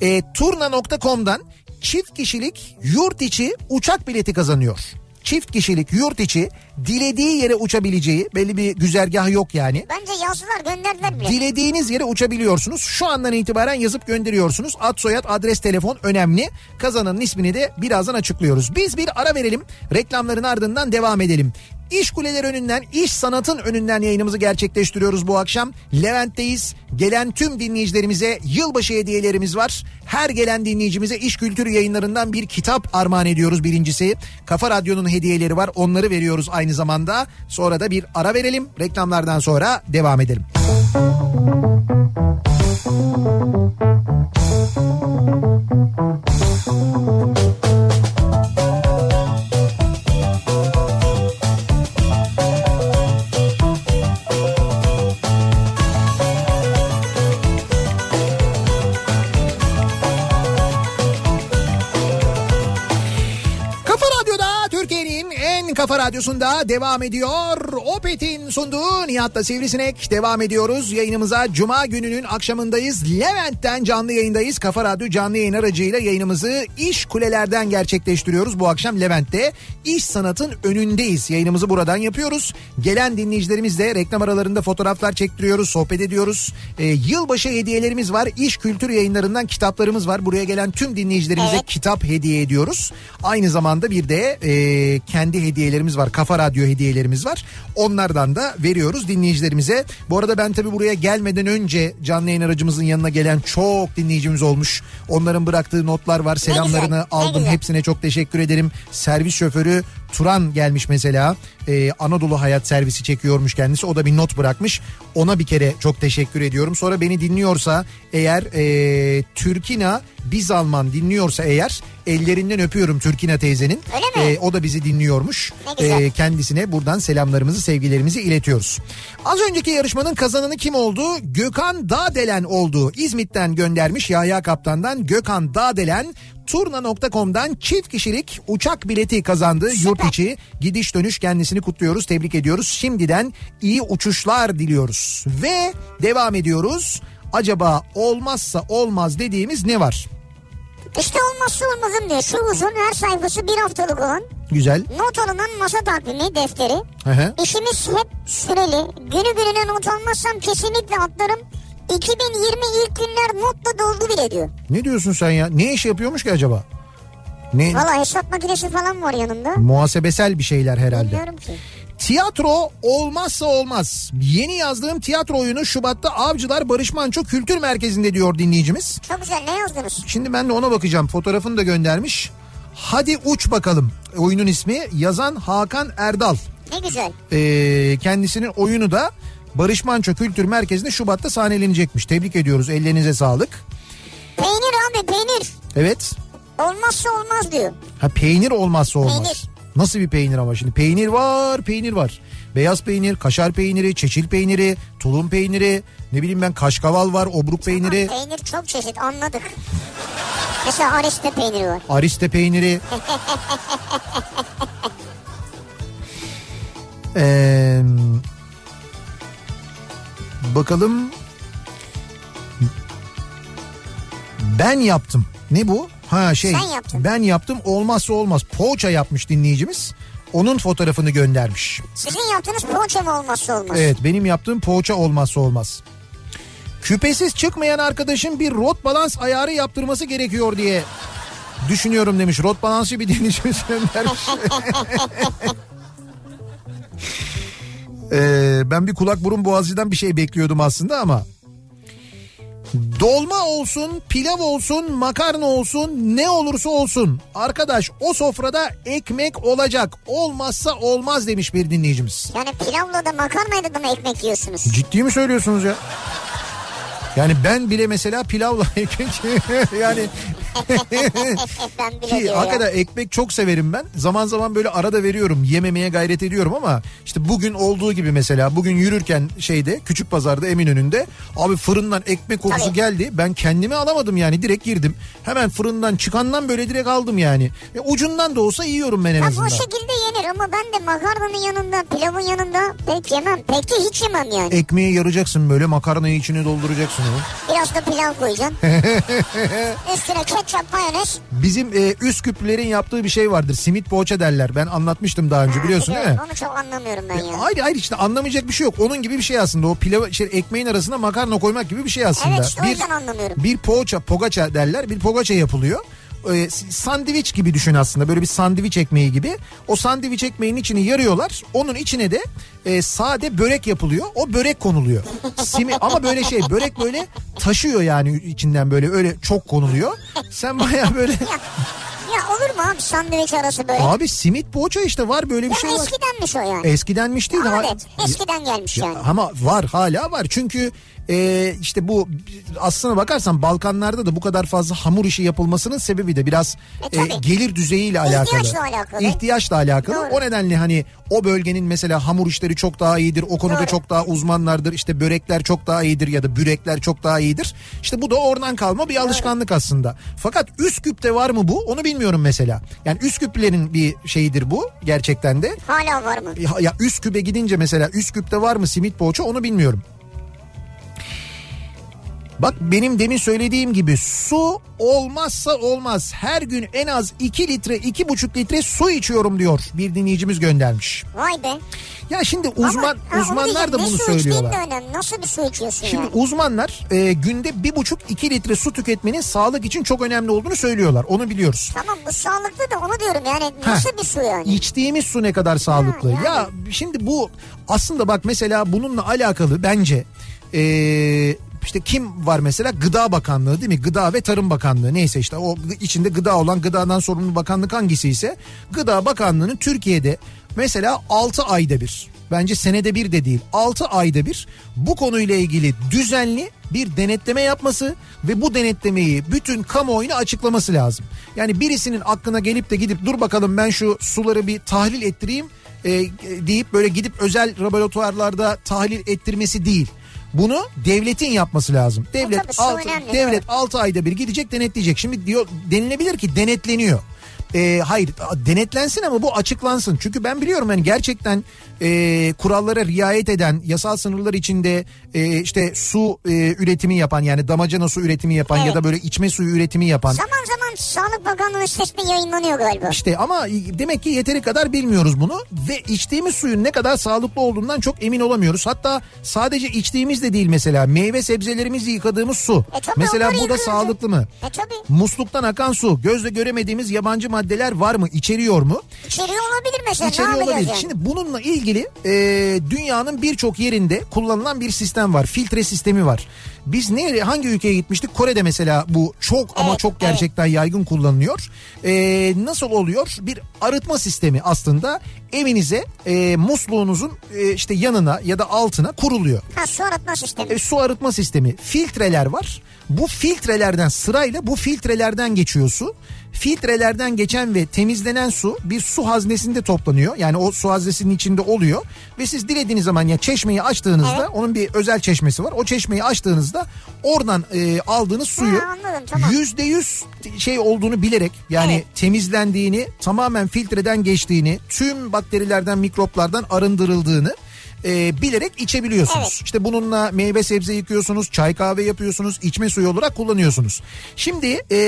E, turna.com'dan çift kişilik yurt içi uçak bileti kazanıyor. Çift kişilik yurt içi dilediği yere uçabileceği belli bir güzergah yok yani. Bence yazdılar gönderdiler bile. Dilediğiniz yere uçabiliyorsunuz. Şu andan itibaren yazıp gönderiyorsunuz. Ad soyad adres telefon önemli. Kazananın ismini de birazdan açıklıyoruz. Biz bir ara verelim. Reklamların ardından devam edelim. İş kuleler önünden, iş sanatın önünden yayınımızı gerçekleştiriyoruz bu akşam. Levent'teyiz. Gelen tüm dinleyicilerimize yılbaşı hediyelerimiz var. Her gelen dinleyicimize iş kültürü yayınlarından bir kitap armağan ediyoruz birincisi. Kafa Radyo'nun hediyeleri var. Onları veriyoruz aynı zamanda. Sonra da bir ara verelim. Reklamlardan sonra devam edelim. Altyazı Türkiye'nin en kafa radyosunda devam ediyor. Opet'in sunduğu Nihat'la Sivrisinek devam ediyoruz. Yayınımıza Cuma gününün akşamındayız. Levent'ten canlı yayındayız. Kafa Radyo canlı yayın aracıyla yayınımızı iş kulelerden gerçekleştiriyoruz. Bu akşam Levent'te iş sanatın önündeyiz. Yayınımızı buradan yapıyoruz. Gelen dinleyicilerimizle reklam aralarında fotoğraflar çektiriyoruz, sohbet ediyoruz. Ee, yılbaşı hediyelerimiz var. İş kültür yayınlarından kitaplarımız var. Buraya gelen tüm dinleyicilerimize Evet. kitap hediye ediyoruz. Aynı zamanda bir de e, kendi hediyelerimiz var. Kafa Radyo hediyelerimiz var. Onlardan da veriyoruz dinleyicilerimize. Bu arada ben tabii buraya gelmeden önce canlı yayın aracımızın yanına gelen çok dinleyicimiz olmuş. Onların bıraktığı notlar var. Selamlarını güzel, ne aldım. güzel. Hepsine çok teşekkür ederim. Servis şoförü Turan gelmiş mesela. E, Anadolu Hayat servisi çekiyormuş kendisi. O da bir not bırakmış. Ona bir kere çok teşekkür ediyorum. Sonra beni dinliyorsa eğer e, Türkina biz Alman dinliyorsa eğer ellerinden öpüyorum Türkina teyzenin. Öyle mi? E, o da bizi dinliyormuş. Ne güzel. E, kendisine buradan selamlarımızı, sevgilerimizi iletiyoruz. Az önceki yarışmanın kazananı kim oldu? Gökhan Dağdelen oldu. İzmit'ten göndermiş Yahya Kaptan'dan Gökhan Dağdelen turna.com'dan çift kişilik uçak bileti kazandı. Yurt içi gidiş dönüş kendisini kutluyoruz, tebrik ediyoruz. Şimdiden iyi uçuşlar diliyoruz. Ve devam ediyoruz. Acaba olmazsa olmaz dediğimiz ne var? İşte olmazsa olmazım diyor. Şu uzun her sayfası bir haftalık olan Güzel. not alınan masa takvimi defteri. Hı hı. İşimiz hep süreli. Günü gününe not almazsam kesinlikle atlarım. 2020 ilk günler notla doldu bile diyor. Ne diyorsun sen ya? Ne iş yapıyormuş ki acaba? Ne Valla hesap makinesi falan var yanında. muhasebesel bir şeyler herhalde. Bilmiyorum ki. Tiyatro olmazsa olmaz. Yeni yazdığım tiyatro oyunu Şubat'ta Avcılar Barış Manço Kültür Merkezi'nde diyor dinleyicimiz. Çok güzel ne yazdınız? Şimdi ben de ona bakacağım. Fotoğrafını da göndermiş. Hadi uç bakalım. Oyunun ismi yazan Hakan Erdal. Ne güzel. Ee, kendisinin oyunu da Barış Manço Kültür Merkezi'nde Şubat'ta sahnelenecekmiş. Tebrik ediyoruz. Ellerinize sağlık. Peynir abi peynir. Evet. Olmazsa olmaz diyor. Ha peynir olmazsa olmaz. Peynir. Nasıl bir peynir ama şimdi? Peynir var, peynir var. Beyaz peynir, kaşar peyniri, çeçil peyniri, tulum peyniri, ne bileyim ben kaşkaval var, obruk peyniri, Tamam, peynir çok çeşit anladık. Mesela Ares'te peyniri var. ariste peyniri. Ee, bakalım. Ben yaptım. Ne bu? Ha şey. Sen yaptın. Ben yaptım. Olmazsa olmaz. Poğaça yapmış dinleyicimiz. Onun fotoğrafını göndermiş. Sizin yaptığınız poğaça mı olmazsa olmaz? Evet benim yaptığım poğaça olmazsa olmaz. Küpesiz çıkmayan arkadaşın bir rot balans ayarı yaptırması gerekiyor diye düşünüyorum demiş. Rot balansı bir dinleyicimiz göndermiş. Ee, ben bir kulak burun boğazcıdan bir şey bekliyordum aslında ama. Dolma olsun, pilav olsun, makarna olsun, ne olursa olsun. Arkadaş o sofrada ekmek olacak. Olmazsa olmaz demiş bir dinleyicimiz. Yani pilavla da makarnayla da mı ekmek yiyorsunuz? Ciddi mi söylüyorsunuz ya? Yani ben bile mesela pilavla ekmek yani ben bile ki diyor ya. hakikaten ekmek çok severim ben. Zaman zaman böyle arada veriyorum yememeye gayret ediyorum ama işte bugün olduğu gibi mesela bugün yürürken şeyde küçük pazarda Eminönü'nde abi fırından ekmek kokusu Tabii. geldi. Ben kendimi alamadım yani direkt girdim. Hemen fırından çıkandan böyle direkt aldım yani. E, ucundan da olsa yiyorum ben en Ha, azından. bu şey- şekilde yenir ama ben de makarnanın yanında pilavın yanında pek yemem. Pek de hiç yemem yani. Ekmeğe yaracaksın böyle makarnayı içine dolduracaksın onu. Biraz da pilav koyacaksın. Üstüne ketçap mayonez. Bizim e, Üsküplülerin yaptığı bir şey vardır. Simit poğaça derler. Ben anlatmıştım daha önce biliyorsun değil mi? Onu çok anlamıyorum ben ya. Hayır hayır işte anlamayacak bir şey yok. Onun gibi bir şey aslında. O pilav işte ekmeğin arasına makarna koymak gibi bir şey aslında. Evet işte o bir, yüzden anlamıyorum. bir poğaça, pogaça derler. Bir pogaça yapılıyor. Ee, s- sandviç gibi düşün aslında böyle bir sandviç ekmeği gibi o sandviç ekmeğinin içini yarıyorlar onun içine de e, sade börek yapılıyor o börek konuluyor Simi, ama böyle şey börek böyle taşıyor yani içinden böyle öyle çok konuluyor sen baya böyle Ya olur mu abi sandviç arası böyle? Abi simit poğaça işte var böyle bir ya şey var. eskidenmiş o yani. Eskidenmiş değil. ha- Adet. Eskiden gelmiş Ya yani. Ama var hala var çünkü e, işte bu aslına bakarsan Balkanlarda da bu kadar fazla hamur işi yapılmasının sebebi de biraz E, tabii. gelir düzeyiyle alakalı. İhtiyaçla alakalı. İhtiyaçla alakalı. Doğru. O nedenle hani o bölgenin mesela hamur işleri çok daha iyidir. O konuda Doğru. çok daha uzmanlardır. İşte börekler çok daha iyidir ya da bürekler çok daha iyidir. İşte bu da oradan kalma bir alışkanlık aslında. Fakat Üsküp'te var mı bu? Onu bilmiyorum mesela. Yani Üsküplülerin bir şeyidir bu gerçekten de. Hala var mı? Ya, ya Üsküp'e gidince mesela Üsküp'te var mı simit poğaça onu bilmiyorum. Bak benim demin söylediğim gibi su olmazsa olmaz. Her gün en az 2 litre 2,5 litre su içiyorum diyor bir dinleyicimiz göndermiş. Vay be. Ya şimdi uzman ha, onu uzmanlar da bunu diyeceğim. ne su içtiğin söylüyorlar. de önemli. Nasıl bir su içiyorsun Şimdi yani? uzmanlar e, günde 1,5-2 litre su tüketmenin sağlık için çok önemli olduğunu söylüyorlar. Onu biliyoruz. Tamam bu sağlıklı da onu diyorum yani nasıl Heh. bir su yani? İçtiğimiz su ne kadar sağlıklı? Ha, yani. Ya şimdi bu aslında bak mesela bununla alakalı bence eee, işte kim var mesela Gıda Bakanlığı değil mi? Gıda ve Tarım Bakanlığı neyse işte o gı- içinde gıda olan gıdadan sorumlu bakanlık hangisi ise Gıda Bakanlığı'nın Türkiye'de mesela 6 ayda bir bence senede bir de değil 6 ayda bir bu konuyla ilgili düzenli bir denetleme yapması ve bu denetlemeyi bütün kamuoyuna açıklaması lazım. Yani birisinin aklına gelip de gidip dur bakalım ben şu suları bir tahlil ettireyim e, e, deyip böyle gidip özel laboratuvarlarda tahlil ettirmesi değil. Bunu devletin yapması lazım. E Devlet tabii, su altı, önemli, devlet evet. 6 ayda bir gidecek denetleyecek. Şimdi diyor denilebilir ki denetleniyor. E, hayır denetlensin ama bu açıklansın. Çünkü ben biliyorum yani gerçekten e, kurallara riayet eden yasal sınırlar içinde e, işte su e, üretimi yapan yani damacana su üretimi yapan ya Evet. da böyle içme suyu üretimi yapan Zaman zaman Sağlık Bakanlığı sitesinde yayınlanıyor galiba. işte ama demek ki yeteri kadar bilmiyoruz bunu ve içtiğimiz suyun ne kadar sağlıklı olduğundan çok emin olamıyoruz. Hatta sadece içtiğimiz de değil mesela meyve sebzelerimizi yıkadığımız su. E tabii mesela onları bu da yıkıyoruz. sağlıklı mı? E tabii. Musluktan akan su, gözle göremediğimiz yabancı maddeler var mı, içeriyor mu? İçeriği olabilir mesela. ne İçeriyor yapacağız olabilir. yani? Şimdi bununla ilgili e, dünyanın birçok yerinde kullanılan bir sistem var. Filtre sistemi var. Biz nereye hangi ülkeye gitmiştik? Kore'de mesela bu çok ama Evet, çok gerçekten yaygın kullanılıyor. E, nasıl oluyor? Bir arıtma sistemi aslında evinize e, musluğunuzun e, işte yanına ya da altına kuruluyor. Ha su arıtma sistemi. E, su arıtma sistemi filtreler var. Bu filtrelerden sırayla bu filtrelerden geçiyor su. Filtrelerden geçen ve temizlenen su bir su haznesinde toplanıyor. Yani o su haznesinin içinde oluyor. Ve siz dilediğiniz zaman ya çeşmeyi açtığınızda Evet. onun bir özel çeşmesi var. O çeşmeyi açtığınızda oradan e, aldığınız suyu Ha, anladım, tamam. yüzde yüz şey olduğunu bilerek yani Evet. temizlendiğini tamamen filtreden geçtiğini tüm bakterilerden mikroplardan arındırıldığını e, bilerek içebiliyorsunuz. Evet. İşte bununla meyve sebze yıkıyorsunuz, çay kahve yapıyorsunuz, içme suyu olarak kullanıyorsunuz. Şimdi e,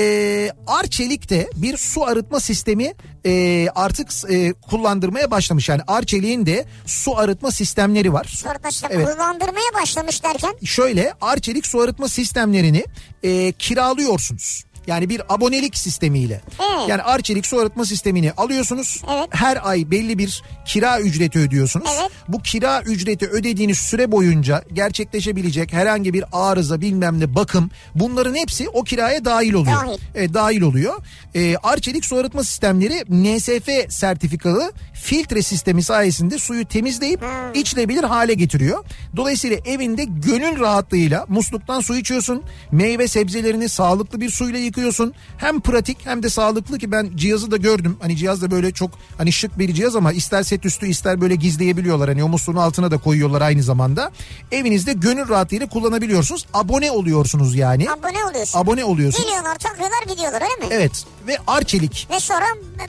Arçelik'te bir su arıtma sistemi e, artık e, kullandırmaya başlamış. Yani Arçelik'in de su arıtma sistemleri var Su arıtma sistemi Evet. kullandırmaya başlamış derken. şöyle Arçelik su arıtma sistemlerini e, kiralıyorsunuz. Yani bir abonelik sistemiyle. Evet. Yani Arçelik su arıtma sistemini alıyorsunuz. Evet. Her ay belli bir kira ücreti ödüyorsunuz. Evet. Bu kira ücreti ödediğiniz süre boyunca gerçekleşebilecek herhangi bir arıza bilmem ne bakım bunların hepsi o kiraya dahil oluyor. Dahil. E, dahil oluyor. E, Arçelik su arıtma sistemleri NSF sertifikalı filtre sistemi sayesinde suyu temizleyip içilebilir hale getiriyor. Dolayısıyla evinde gönül rahatlığıyla musluktan su içiyorsun. Meyve sebzelerini sağlıklı bir suyla yıkıyorsun. Hem pratik hem de sağlıklı ki ben cihazı da gördüm. Hani cihaz da böyle çok hani şık bir cihaz ama ister set üstü ister böyle gizleyebiliyorlar. Hani o musluğun altına da koyuyorlar aynı zamanda. Evinizde gönül rahatlığıyla kullanabiliyorsunuz. Abone oluyorsunuz yani. Abone oluyorsun. Abone oluyorsunuz. Geliyorlar takıyorlar gidiyorlar öyle mi? Evet ve Arçelik. Ve sonra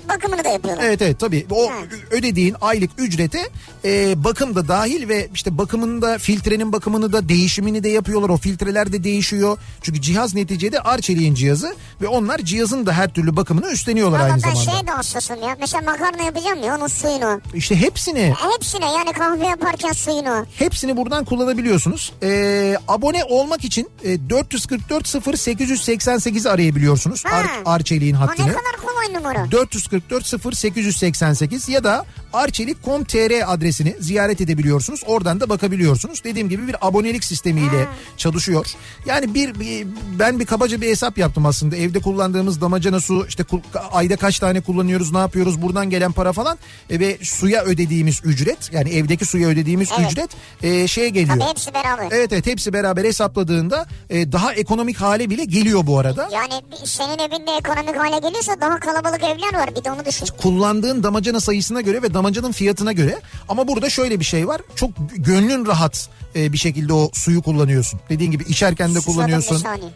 bakımını da yapıyorlar. Evet evet tabii o Ha. ödediğin aylık ücrete e, bakım da dahil ve işte bakımında filtrenin bakımını da değişimini de yapıyorlar. O filtreler de değişiyor. Çünkü cihaz neticede Arçelik'in cihazı ve onlar cihazın da her türlü bakımını üstleniyorlar Ama aynı ben şey- zamanda. şeye de hassasım ya. Mesela makarna yapacağım ya onun suyunu. E, İşte hepsini Hepsine yani kahve yaparken suyunu. Hepsini buradan kullanabiliyorsunuz. Ee, abone olmak için e, 444 0888 arayabiliyorsunuz. Ha. Ar- Arçelik'in Ha, ne hattını. kadar kolay aynı numara. 444 0888 ya da arçelik.com.tr adresini ziyaret edebiliyorsunuz. Oradan da bakabiliyorsunuz. Dediğim gibi bir abonelik sistemiyle çalışıyor. Yani bir, bir- ben bir kabaca bir hesap yaptım aslında. Evde kullandığımız damacana su işte kul- ayda kaç tane kullanıyoruz, ne yapıyoruz, buradan gelen para falan E, ve suya ödediğimiz ücret yani evdeki suya ödediğimiz Evet. ücret e, şeye geliyor. Tabii hepsi beraber. Evet evet hepsi beraber hesapladığında e, daha ekonomik hale bile geliyor bu arada. Yani bir- senin evinde ekonomik hale geliyorsa daha kalabalık evler var. Bir de onu düşün. kullandığın damacana sayısına göre ve damacanın fiyatına göre ama burada şöyle bir şey var çok gönlün rahat e, bir şekilde o suyu kullanıyorsun dediğin gibi içerken de Susadım kullanıyorsun bir saniye.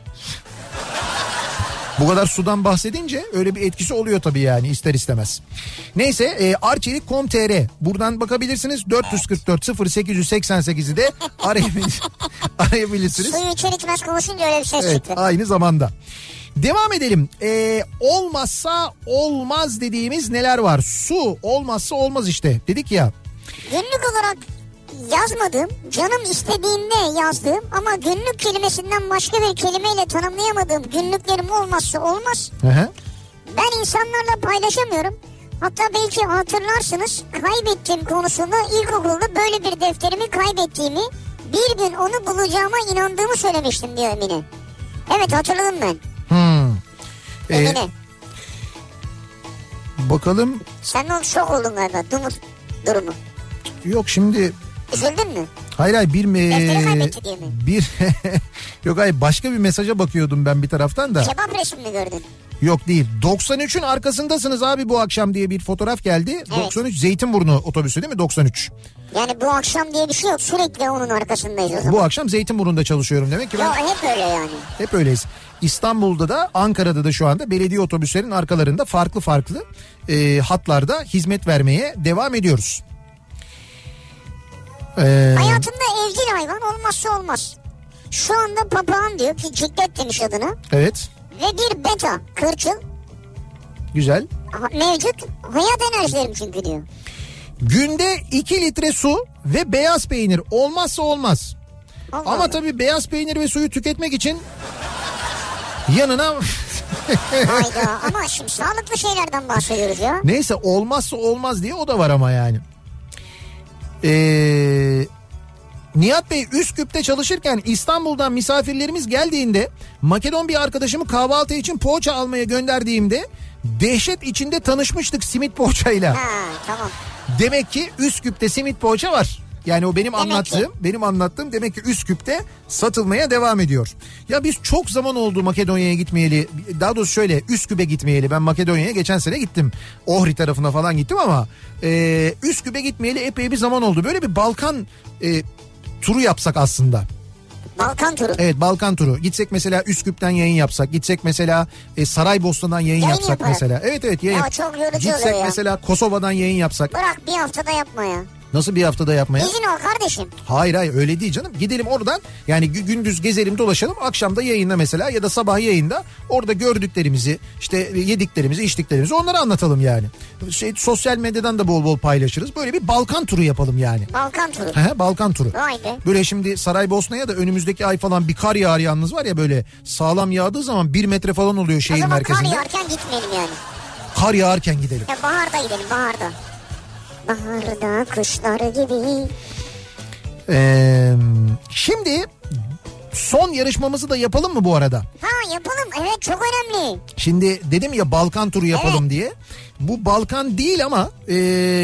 bu kadar sudan bahsedince öyle bir etkisi oluyor tabii yani ister istemez neyse e, arçelik.com.tr buradan bakabilirsiniz 444 0888'i de arayabil- arayabilirsiniz Suyu içer içmez konuşunca öyle bir ses Evet çıktı. aynı zamanda. Devam edelim. Ee, olmazsa olmaz dediğimiz neler var? Su olmazsa olmaz işte dedik ya. Günlük olarak yazmadığım, canım istediğinde yazdığım ama günlük kelimesinden başka bir kelimeyle tanımlayamadığım günlüklerim olmazsa olmaz. Hı hı. Ben insanlarla paylaşamıyorum. Hatta belki hatırlarsınız kaybettiğim konusunda ilkokulda böyle bir defterimi kaybettiğimi bir gün onu bulacağıma inandığımı söylemiştim diyor Emine. Evet hatırladım ben. Hmm. Ee, Emine bakalım sen de şok oldun galiba dumur durumu. yok şimdi Üzüldün mü? hayır hayır bir mi? Defteri kaybetti diye mi? Bir yok hayır başka bir mesaja bakıyordum ben bir taraftan da. Kebap resmini gördün. Yok değil. 93'ün arkasındasınız abi bu akşam diye bir fotoğraf geldi. 93 Zeytinburnu otobüsü değil mi? 93. Yani bu akşam diye bir şey yok sürekli onun arkasındayız o zaman. Bu Hmm. akşam Zeytinburnu'nda çalışıyorum demek ki ben. Ya hep öyle yani. Hep öyleyiz. İstanbul'da da Ankara'da da şu anda belediye otobüslerinin arkalarında farklı farklı e, hatlarda hizmet vermeye devam ediyoruz. Ee, Hayatımda evcil hayvan olmazsa olmaz. Şu anda papağan diyor ki ciklet demiş adına. evet Ve bir beta kırçıl güzel. Ha- mevcut hayat enerjilerim çünkü diyor. Günde 2 litre su ve beyaz peynir olmazsa olmaz. Allah Ama Allah. tabii beyaz peynir ve suyu tüketmek için yanına Hayda ama şimdi sağlıklı şeylerden bahsediyoruz ya. neyse olmazsa olmaz diye o da var ama yani. Ee, Nihat Bey Üsküp'te çalışırken İstanbul'dan misafirlerimiz geldiğinde Makedon bir arkadaşımı kahvaltı için poğaça almaya gönderdiğimde dehşet içinde tanışmıştık simit poğaçayla. Ha tamam. Demek ki Üsküp'te simit poğaça var. Yani o benim Demek ki. anlattığım, benim anlattığım demek ki Üsküp'te satılmaya devam ediyor. Ya biz çok zaman oldu Makedonya'ya gitmeyeli. Daha doğrusu şöyle Üsküp'e gitmeyeli. Ben Makedonya'ya geçen sene gittim. Ohri tarafına falan gittim ama e, Üsküp'e gitmeyeli epey bir zaman oldu. Böyle bir Balkan e, turu yapsak aslında. Balkan turu. Evet Balkan turu. Gitsek mesela Üsküp'ten yayın yapsak. Gitsek mesela e, Saraybosna'dan yayın, Yayın yapsak yaparız. mesela. Evet evet yayın. Ya çok yorucu Gitsek oluyor ya. mesela Kosova'dan yayın yapsak. Bırak bir haftada yapma ya. Nasıl bir haftada yapmaya? İzin ol kardeşim. Hayır hayır öyle değil canım. Gidelim oradan yani gü- gündüz gezelim dolaşalım. Akşam da yayında mesela ya da sabah yayında orada gördüklerimizi işte e, yediklerimizi içtiklerimizi onları anlatalım yani. Şey, sosyal medyadan da bol bol paylaşırız. Böyle bir Balkan turu yapalım yani. Balkan turu. Hı hı, Balkan turu. Vay be. Böyle şimdi Saraybosna'ya da önümüzdeki ay falan bir kar yağar yalnız var ya böyle sağlam yağdığı zaman bir metre falan oluyor O şehir zaman kar merkezinde. yağarken gitmeyelim yani. Kar yağarken gidelim. Ya baharda gidelim baharda. Baharda kuşlar gibi. Ee, şimdi son yarışmamızı da yapalım mı bu arada? Ha yapalım evet çok önemli. Şimdi dedim ya Balkan turu yapalım diye. Bu Balkan değil ama e,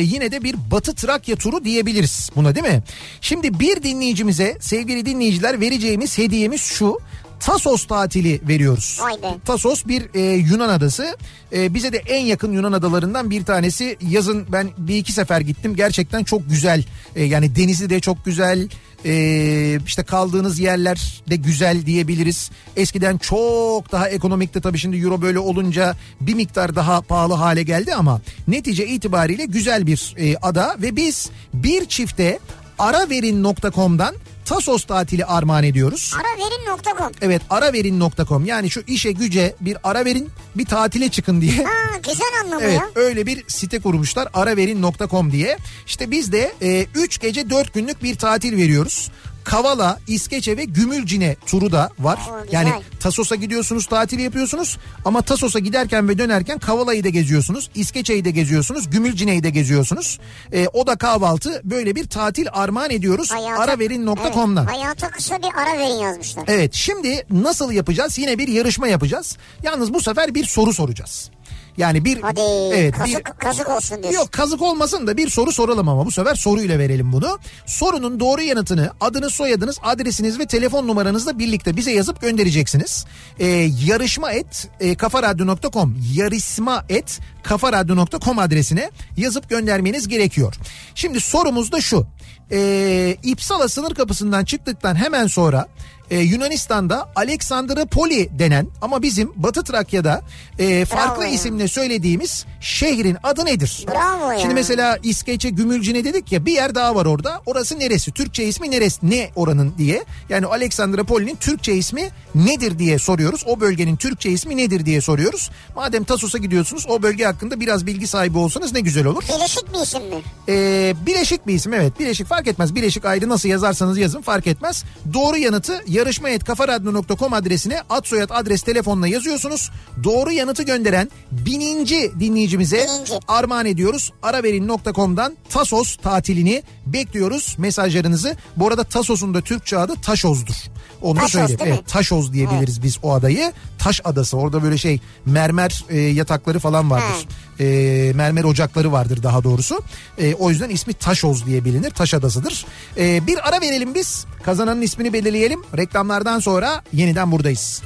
yine de bir Batı Trakya turu diyebiliriz buna değil mi? Şimdi bir dinleyicimize sevgili dinleyiciler vereceğimiz hediyemiz şu. Tasos tatili veriyoruz. Vay be. Tasos bir e, Yunan adası. E, bize de en yakın Yunan adalarından bir tanesi. Yazın ben bir iki sefer gittim. Gerçekten çok güzel. E, yani denizi de çok güzel. E, işte kaldığınız yerler de güzel diyebiliriz. Eskiden çok daha ekonomikti tabii şimdi euro böyle olunca bir miktar daha pahalı hale geldi ama netice itibariyle güzel bir e, ada ve biz bir çifte araverin.com'dan Tasos tatili armağan ediyoruz. Araverin.com. Evet araverin.com yani şu işe güce bir ara verin bir tatile çıkın diye. Ha güzel anlamı Evet ya. öyle bir site kurmuşlar e, araverin.com diye. İşte biz de 3 gece 4 günlük bir tatil veriyoruz. Kavala, İskeçe ve Gümülcine turu da var. Oo, güzel. yani Tasos'a gidiyorsunuz tatil yapıyorsunuz ama Tasos'a giderken ve dönerken Kavala'yı da geziyorsunuz. İskeçe'yi de geziyorsunuz. Gümülcine'yi de geziyorsunuz. Ee, o da kahvaltı böyle bir tatil armağan ediyoruz. Hayata- Araverin.com'dan. Evet, hayata kısa bir ara verin yazmışlar. Evet şimdi nasıl yapacağız? Yine bir yarışma yapacağız. Yalnız bu sefer bir soru soracağız. Yani bir Hadi evet kazık, bir kazık olsun diyorsun. Yok kazık olmasın da bir soru soralım ama bu sefer soruyla verelim bunu. Sorunun doğru yanıtını adınız soyadınız adresiniz ve telefon numaranızla birlikte bize yazıp göndereceksiniz. Ee, yarışma et e, kafaradyo.com yarışma et kafaradyo.com adresine yazıp göndermeniz gerekiyor. Şimdi sorumuz da şu. Ee, İpsala sınır kapısından çıktıktan hemen sonra e, Yunanistan'da Aleksandropoli denen ama bizim Batı Trakya'da e, farklı ya. isimle söylediğimiz şehrin adı nedir? Bravo ya. Şimdi mesela İskeçe, Gümülcine dedik ya bir yer daha var orada. Orası neresi? Türkçe ismi neresi? Ne oranın diye. Yani Aleksandropoli'nin Türkçe ismi nedir diye soruyoruz. O bölgenin Türkçe ismi nedir diye soruyoruz. Madem Tasos'a gidiyorsunuz o bölge hakkında biraz bilgi sahibi olsanız ne güzel olur. Birleşik bir isim mi? Ee, bileşik bir isim evet. Bileşik fark etmez. Bileşik ayrı nasıl yazarsanız yazın fark etmez. Doğru yanıtı yarışma.kafaradyo.com adresine ad soyad adres telefonla yazıyorsunuz. Doğru yanıtı gönderen bininci dinleyicimize Bininci. armağan ediyoruz. Araverin.com'dan Tasos tatilini bekliyoruz mesajlarınızı. Bu arada Tasos'un da Türkçe adı Taşoz'dur. Onu da Taşoz, söyleyeyim. değil mi? Evet, Taşoz diyebiliriz biz o adayı. Taş adası orada böyle şey mermer e, yatakları falan vardır. E, mermer ocakları vardır daha doğrusu. E, o yüzden ismi Taşoz diye bilinir. Taş adasıdır. E, bir ara verelim biz. Kazananın ismini belirleyelim. Reklamlardan sonra yeniden buradayız.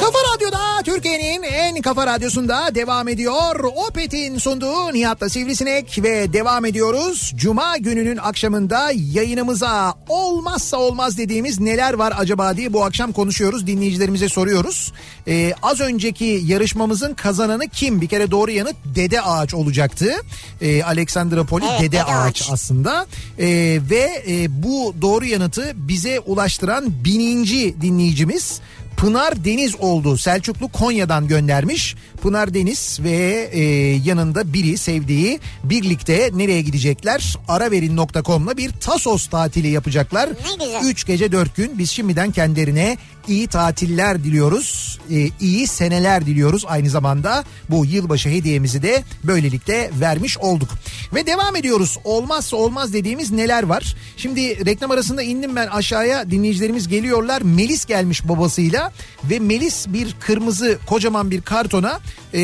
Kafa Radyo'da Türkiye'nin en kafa radyosunda devam ediyor. Opet'in sunduğu Nihat'la Sivrisinek ve devam ediyoruz. Cuma gününün akşamında yayınımıza olmazsa olmaz dediğimiz neler var acaba diye bu akşam konuşuyoruz. Dinleyicilerimize soruyoruz. Ee, az önceki yarışmamızın kazananı kim? Bir kere doğru yanıt Dede Ağaç olacaktı. Ee, Aleksandropoli Evet, Dede, Dede Ağaç Ağaç. aslında Ee, ve e, bu doğru yanıtı bize ulaştıran bininci dinleyicimiz Pınar Deniz oldu. Selçuklu Konya'dan göndermiş. Pınar Deniz ve e, yanında biri sevdiği birlikte nereye gidecekler? Araverin.com'la bir Tasos tatili yapacaklar. Ne güzel. 3 gece 4 gün biz şimdiden kendilerine iyi tatiller diliyoruz. Ee, iyi seneler diliyoruz aynı zamanda. Bu yılbaşı hediyemizi de böylelikle vermiş olduk. Ve devam ediyoruz. Olmazsa olmaz dediğimiz neler var? Şimdi reklam arasında indim ben aşağıya dinleyicilerimiz geliyorlar. Melis gelmiş babasıyla ve Melis bir kırmızı kocaman bir kartona ee,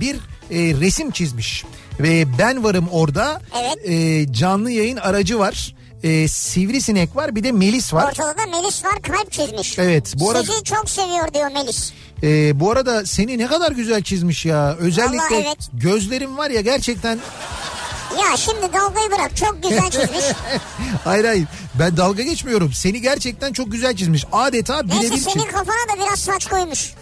bir ee, resim çizmiş. Ve ben varım orada. Evet. Ee, canlı yayın aracı var. Ee, sivrisinek var bir de Melis var. Ortalıkta Melis var kalp çizmiş. Evet, bu arada- Sizi çok seviyor diyor Melis. Ee, bu arada seni ne kadar güzel çizmiş ya. Özellikle Vallahi evet. gözlerin var ya gerçekten. Ya şimdi dalgayı bırak çok güzel çizmiş. hayır hayır ben dalga geçmiyorum. Seni gerçekten çok güzel çizmiş. Adeta birebir Neyse çizmiş. senin kafana da biraz saç koymuş.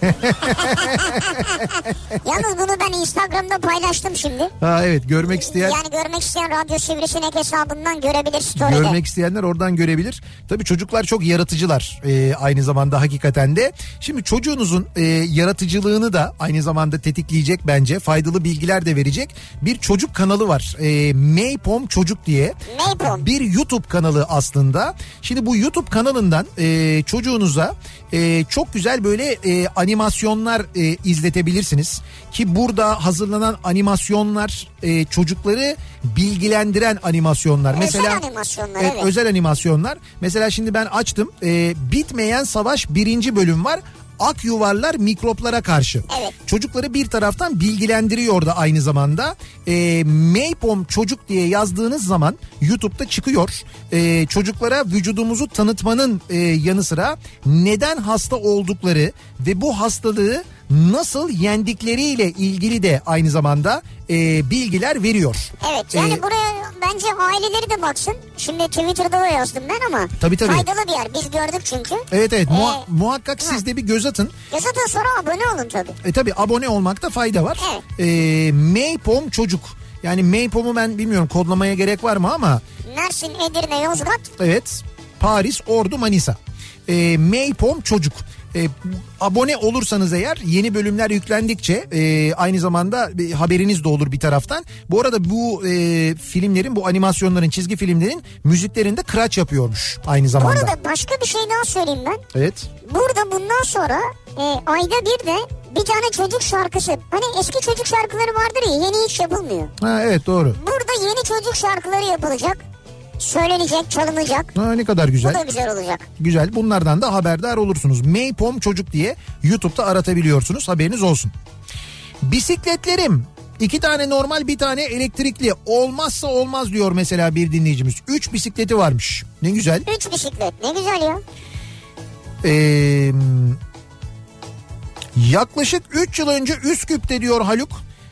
Yalnız bunu ben Instagram'da paylaştım şimdi. Ha evet görmek isteyen Yani görmek isteyen Radyo Sivrisinek hesabından görebilir story'de. Görmek isteyenler oradan görebilir. Tabii çocuklar çok yaratıcılar e, aynı zamanda hakikaten de. Şimdi çocuğunuzun e, yaratıcılığını da aynı zamanda tetikleyecek bence. Faydalı bilgiler de verecek. Bir çocuk kanalı var. E, Maypom Çocuk diye. Maypom. Bir YouTube kanalı aslında. Şimdi bu YouTube kanalından e, çocuğunuza e, çok güzel böyle e, animasyonlar e, izletebilirsiniz. Ki burada hazırlanan animasyonlar e, çocukları bilgilendiren animasyonlar. Özel Mesela animasyonlar Evet, evet. özel animasyonlar. Mesela şimdi ben açtım. Ee, Bitmeyen Savaş birinci bölüm var. Ak yuvarlar mikroplara karşı. Evet. Çocukları bir taraftan bilgilendiriyor da aynı zamanda. Ee, Maypom çocuk diye yazdığınız zaman YouTube'da çıkıyor. Ee, çocuklara vücudumuzu tanıtmanın e, yanı sıra neden hasta oldukları ve bu hastalığı nasıl yendikleriyle ilgili de aynı zamanda e, bilgiler veriyor. Evet yani E, buraya bence aileleri de baksın. Şimdi Twitter'da da yazdım ben ama Tabii, tabii. faydalı bir yer. Biz gördük çünkü. Evet evet muha- E, muhakkak ha. siz de bir göz atın. Yazıdan sonra abone olun tabii. E tabi abone olmakta fayda var. Evet. E, Maypom çocuk. Yani Maypom'u ben bilmiyorum kodlamaya gerek var mı ama Mersin, Edirne, Yozgat. evet Paris, Ordu, Manisa. E, Maypom çocuk. E, abone olursanız eğer yeni bölümler yüklendikçe e, aynı zamanda bir haberiniz de olur bir taraftan. Bu arada bu e, filmlerin bu animasyonların çizgi filmlerin müziklerinde kıraç yapıyormuş aynı Bu zamanda. arada başka bir şey daha söyleyeyim ben. Evet. Burada bundan sonra e, ayda bir de bir tane çocuk şarkısı. Hani eski çocuk şarkıları vardır ya yeni hiç yapılmıyor. Ha, evet doğru. Burada yeni çocuk şarkıları yapılacak. Söylenecek, çalınacak. Ha, ne kadar Bu güzel. da güzel olacak. Güzel bunlardan da haberdar olursunuz. Maypom Çocuk diye YouTube'da aratabiliyorsunuz haberiniz olsun. Bisikletlerim iki tane normal bir tane elektrikli olmazsa olmaz diyor mesela bir dinleyicimiz. Üç bisikleti varmış ne güzel. Üç bisiklet ne güzel ya. Ee, yaklaşık 3 yıl önce Üsküp'te diyor Haluk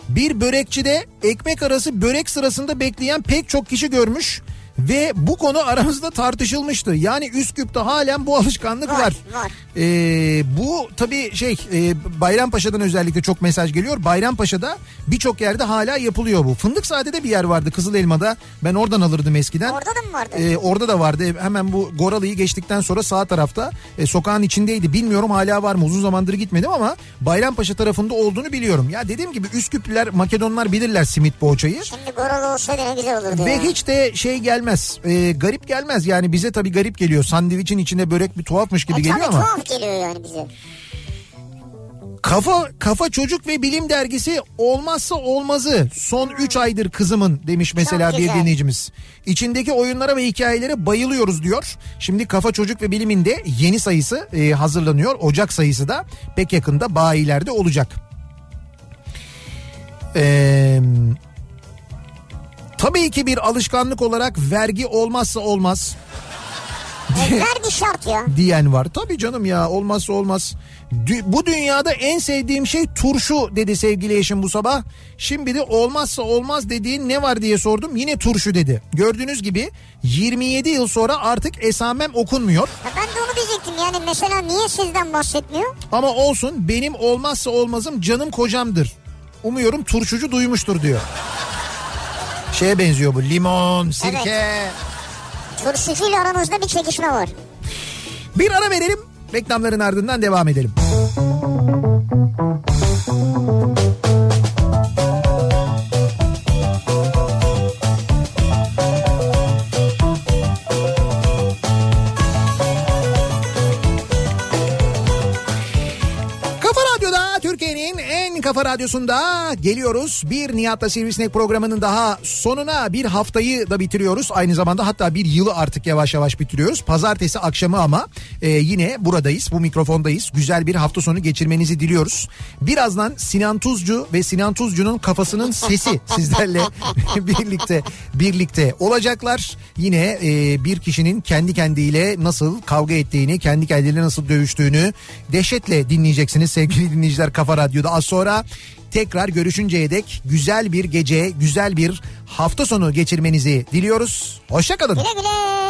bir börekçide ekmek arası börek sırasında bekleyen pek çok kişi görmüş ve bu konu aramızda tartışılmıştı. Yani Üsküp'te halen bu alışkanlık Var, var. var. Ee, bu tabii şey e, Bayrampaşa'dan özellikle çok mesaj geliyor. Bayrampaşa'da birçok yerde hala yapılıyor bu. Fındıkzade'de de bir yer vardı Kızıl Elma'da. Ben oradan alırdım eskiden. Orada da mı vardı? Ee, orada da vardı. Hemen bu Goralı'yı geçtikten sonra sağ tarafta e, sokağın içindeydi. Bilmiyorum hala var mı? Uzun zamandır gitmedim ama Bayrampaşa tarafında olduğunu biliyorum. Ya dediğim gibi Üsküplüler, Makedonlar bilirler simit poğaçayı. Şimdi Goralı olsaydı ne güzel olurdu Ve ya. hiç de şey gelmez. e, garip gelmez. Yani bize tabii garip geliyor. Sandviçin içinde börek bir tuhafmış gibi E, geliyor tabii ama. tuhaf geliyor yani bize. Kafa Kafa Çocuk ve Bilim Dergisi olmazsa olmazı. Son 3 aydır kızımın demiş mesela bir güzel. dinleyicimiz. İçindeki oyunlara ve hikayelere bayılıyoruz diyor. Şimdi Kafa Çocuk ve Bilim'in de yeni sayısı e, hazırlanıyor. Ocak sayısı da pek yakında bayilerde olacak. Eee Tabii ki bir alışkanlık olarak vergi olmazsa olmaz E, vergi şart ya. diyen var. Tabii canım ya olmazsa olmaz. Dü- bu dünyada en sevdiğim şey turşu dedi sevgili eşim bu sabah. Şimdi de olmazsa olmaz dediğin ne var diye sordum. Yine turşu dedi. Gördüğünüz gibi 27 yıl sonra artık esamem okunmuyor. Ya ben de onu diyecektim yani mesela niye sizden bahsetmiyor? Ama olsun benim olmazsa olmazım canım kocamdır. Umuyorum turşucu duymuştur diyor. Şeye benziyor bu limon, sirke. Turşucuyla aranızda bir çekişme var. Bir ara verelim. Reklamların ardından devam edelim. Kafa Radyo'da Türkiye'nin en kafa radyosunda geliyoruz. Bir Nihat'la Sivrisinek programının daha sonuna bir haftayı da bitiriyoruz. Aynı zamanda hatta bir yılı artık yavaş yavaş bitiriyoruz. Pazartesi akşamı ama e, yine buradayız. Bu mikrofondayız. Güzel bir hafta sonu geçirmenizi diliyoruz. Birazdan Sinan Tuzcu ve Sinan Tuzcu'nun kafasının sesi sizlerle birlikte birlikte olacaklar. Yine e, bir kişinin kendi kendiyle nasıl kavga ettiğini, kendi kendiyle nasıl dövüştüğünü dehşetle dinleyeceksiniz sevgili dinleyiciler Kafa Radyo'da. Az sonra tekrar görüşünceye dek güzel bir gece, güzel bir hafta sonu geçirmenizi diliyoruz. Hoşçakalın. Güle güle.